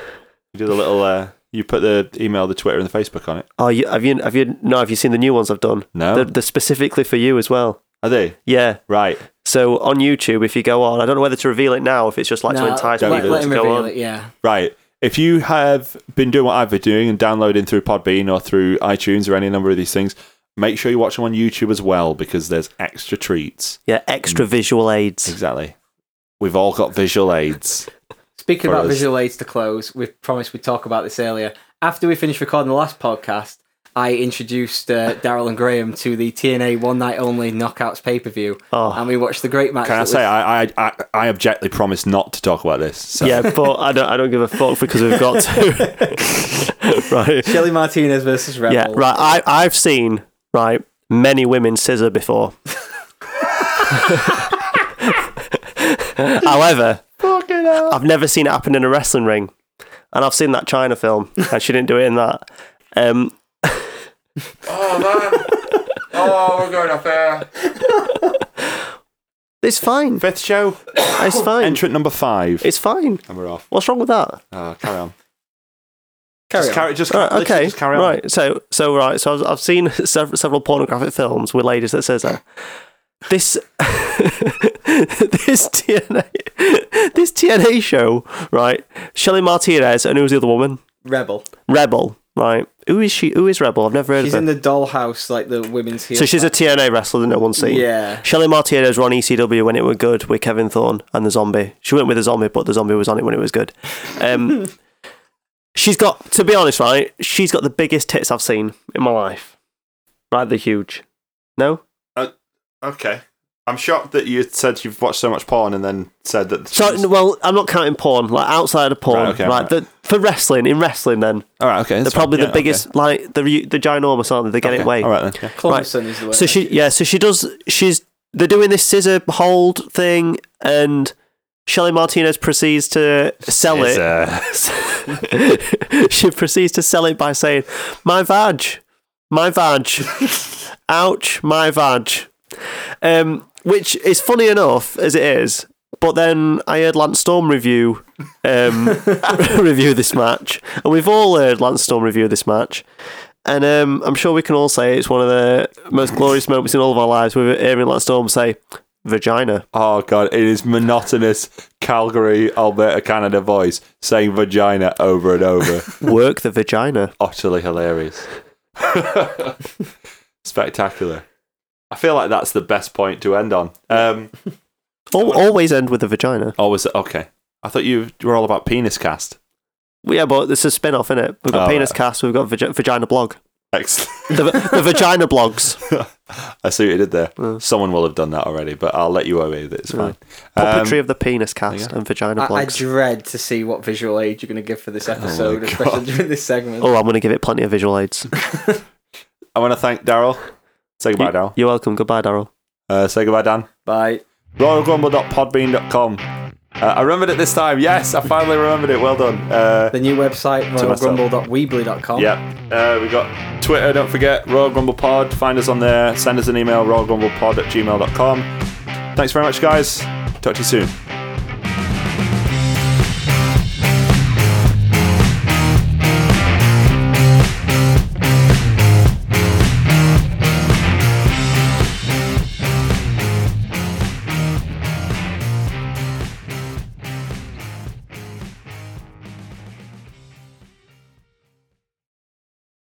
[SPEAKER 2] You do the little. Uh, you put the email, the Twitter, and the Facebook on it.
[SPEAKER 4] Oh, you, have you? Have you? No, have you seen the new ones I've done?
[SPEAKER 2] No,
[SPEAKER 4] They're, they're specifically for you as well.
[SPEAKER 2] are they
[SPEAKER 4] Yeah.
[SPEAKER 2] right?
[SPEAKER 4] So on YouTube, if you go on, I don't know whether to reveal it now, if it's just like to
[SPEAKER 1] No,
[SPEAKER 4] entice
[SPEAKER 2] don't
[SPEAKER 1] let,
[SPEAKER 2] reveal
[SPEAKER 4] people
[SPEAKER 1] let
[SPEAKER 4] to
[SPEAKER 1] him
[SPEAKER 4] go
[SPEAKER 1] reveal
[SPEAKER 4] on.
[SPEAKER 1] it. Yeah,
[SPEAKER 2] Right. If you have been doing what I've been doing and downloading through Podbean or through iTunes or any number of these things, make sure you watch them on YouTube as well because there's extra treats.
[SPEAKER 4] Yeah, extra visual aids.
[SPEAKER 2] Exactly. We've all got visual aids.
[SPEAKER 1] Speaking
[SPEAKER 2] For
[SPEAKER 1] about
[SPEAKER 2] us.
[SPEAKER 1] visual aids to close, we promised we'd talk about this earlier, after we finished recording the last podcast, I introduced uh, Daryl and Graham to the TNA One Night Only Knockouts pay per view,
[SPEAKER 4] Oh.
[SPEAKER 1] and we watched the great match.
[SPEAKER 2] Can I
[SPEAKER 1] that
[SPEAKER 2] say
[SPEAKER 1] was-
[SPEAKER 2] I I, I I abjectly promised not to talk about this. So.
[SPEAKER 4] Yeah, but I don't. I don't give a fuck because we've got to. right.
[SPEAKER 1] Kelly Martinez versus Rebel?
[SPEAKER 4] Yeah. Right. I I've seen right many women scissor before. However,
[SPEAKER 2] Fucking hell.
[SPEAKER 4] I've never seen it happen in a wrestling ring, and I've seen that China film, and she didn't do it in that. Um,
[SPEAKER 2] Oh man. oh, we're going off air.
[SPEAKER 4] it's fine.
[SPEAKER 2] Fifth show.
[SPEAKER 4] It's fine.
[SPEAKER 2] Entrant number five.
[SPEAKER 4] It's fine.
[SPEAKER 2] and we're off.
[SPEAKER 4] What's wrong with that?
[SPEAKER 2] Oh, carry on.
[SPEAKER 1] Carry
[SPEAKER 2] just
[SPEAKER 1] on.
[SPEAKER 2] carry. Just,
[SPEAKER 4] Right,
[SPEAKER 2] literally
[SPEAKER 4] okay.
[SPEAKER 2] just carry on.
[SPEAKER 4] Right. So so right. So I've, I've seen several, several pornographic films with ladies that scissor. This this TNA this TNA show right. Shelly Martinez and who's the other woman?
[SPEAKER 1] Rebel.
[SPEAKER 4] Rebel. Right. Who is she? Who is Rebel? I've never heard
[SPEAKER 1] She's
[SPEAKER 4] of
[SPEAKER 1] in
[SPEAKER 4] her.
[SPEAKER 1] the dollhouse, like the women's heel.
[SPEAKER 4] so she's a TNA wrestler that no one's seen.
[SPEAKER 1] Yeah.
[SPEAKER 4] Shelly Martinez were on ECW when it were good with Kevin Thorne and the zombie. She went with the zombie, but the zombie was on it when it was good. Um, she's got, to be honest, right? She's got the biggest tits I've seen in my life. Right, they're huge. No?
[SPEAKER 2] Okay. I'm shocked that you said you've watched so much porn and then said that.
[SPEAKER 4] So, well, I'm not counting porn, like outside of porn.
[SPEAKER 2] Right,
[SPEAKER 4] Right,
[SPEAKER 2] okay, right.
[SPEAKER 4] the- for wrestling, in wrestling, then,
[SPEAKER 2] all right. Okay.
[SPEAKER 4] they're probably the biggest, like, they're, u- they're ginormous, aren't they? They get it way.
[SPEAKER 2] All right then.
[SPEAKER 1] Clemson is the way.
[SPEAKER 4] So she, yeah, so she does. She's they're doing this scissor hold thing, and Shelly Martinez proceeds to sell
[SPEAKER 2] It's,
[SPEAKER 4] it.
[SPEAKER 2] uh,
[SPEAKER 4] she proceeds to sell it by saying, "My vag, my vag, ouch, my vag," um, which is funny enough as it is. But then I heard Lance Storm review um, review this match, and we've all heard Lance Storm review this match. And um, I'm sure we can all say it's one of the most glorious moments in all of our lives. We're hearing Lance Storm say, "Vagina."
[SPEAKER 2] oh god, it is monotonous Calgary, Alberta, Canada voice saying vagina over and over.
[SPEAKER 4] Work the vagina.
[SPEAKER 2] utterly hilarious. Spectacular. I feel like that's the best point to end on. Um,
[SPEAKER 4] Al- always end with a vagina.
[SPEAKER 2] oh, was it okay? I thought you were all about penis cast.
[SPEAKER 4] Yeah, but this is a spin off, innit? We've got
[SPEAKER 2] Oh,
[SPEAKER 4] Penis
[SPEAKER 2] right.
[SPEAKER 4] Cast, we've got vagi- Vagina Blog.
[SPEAKER 2] Excellent.
[SPEAKER 4] The, va- the Vagina Blogs.
[SPEAKER 2] I see what you did there.
[SPEAKER 4] Mm.
[SPEAKER 2] Someone will have done that already, but I'll let you away with it. It's fine.
[SPEAKER 4] Puppetry
[SPEAKER 2] Um,
[SPEAKER 4] of the Penis Cast and Vagina
[SPEAKER 1] I, I
[SPEAKER 4] Blogs.
[SPEAKER 1] dread to see what visual aid you're going to give for this episode, especially
[SPEAKER 2] God.
[SPEAKER 1] during this segment.
[SPEAKER 4] oh, I'm going to give it plenty of visual aids.
[SPEAKER 2] I want to thank Daryl. Say goodbye,
[SPEAKER 4] you,
[SPEAKER 2] Daryl.
[SPEAKER 4] you're welcome. Goodbye, Daryl.
[SPEAKER 2] Uh, say goodbye, Dan.
[SPEAKER 1] Bye.
[SPEAKER 2] RoyalGrumble.podbean.com. Uh, I remembered it this time. Yes, I finally remembered it. Well done. Uh,
[SPEAKER 1] The new website,
[SPEAKER 2] myself.
[SPEAKER 1] royalgrumble.weebly.com.
[SPEAKER 2] Yep. Uh, we got Twitter, don't forget, Royal Grumble Pod. Find us on there. Send us an email, royalgrumblepod at gmail.com. Thanks very much, guys. Talk to you soon.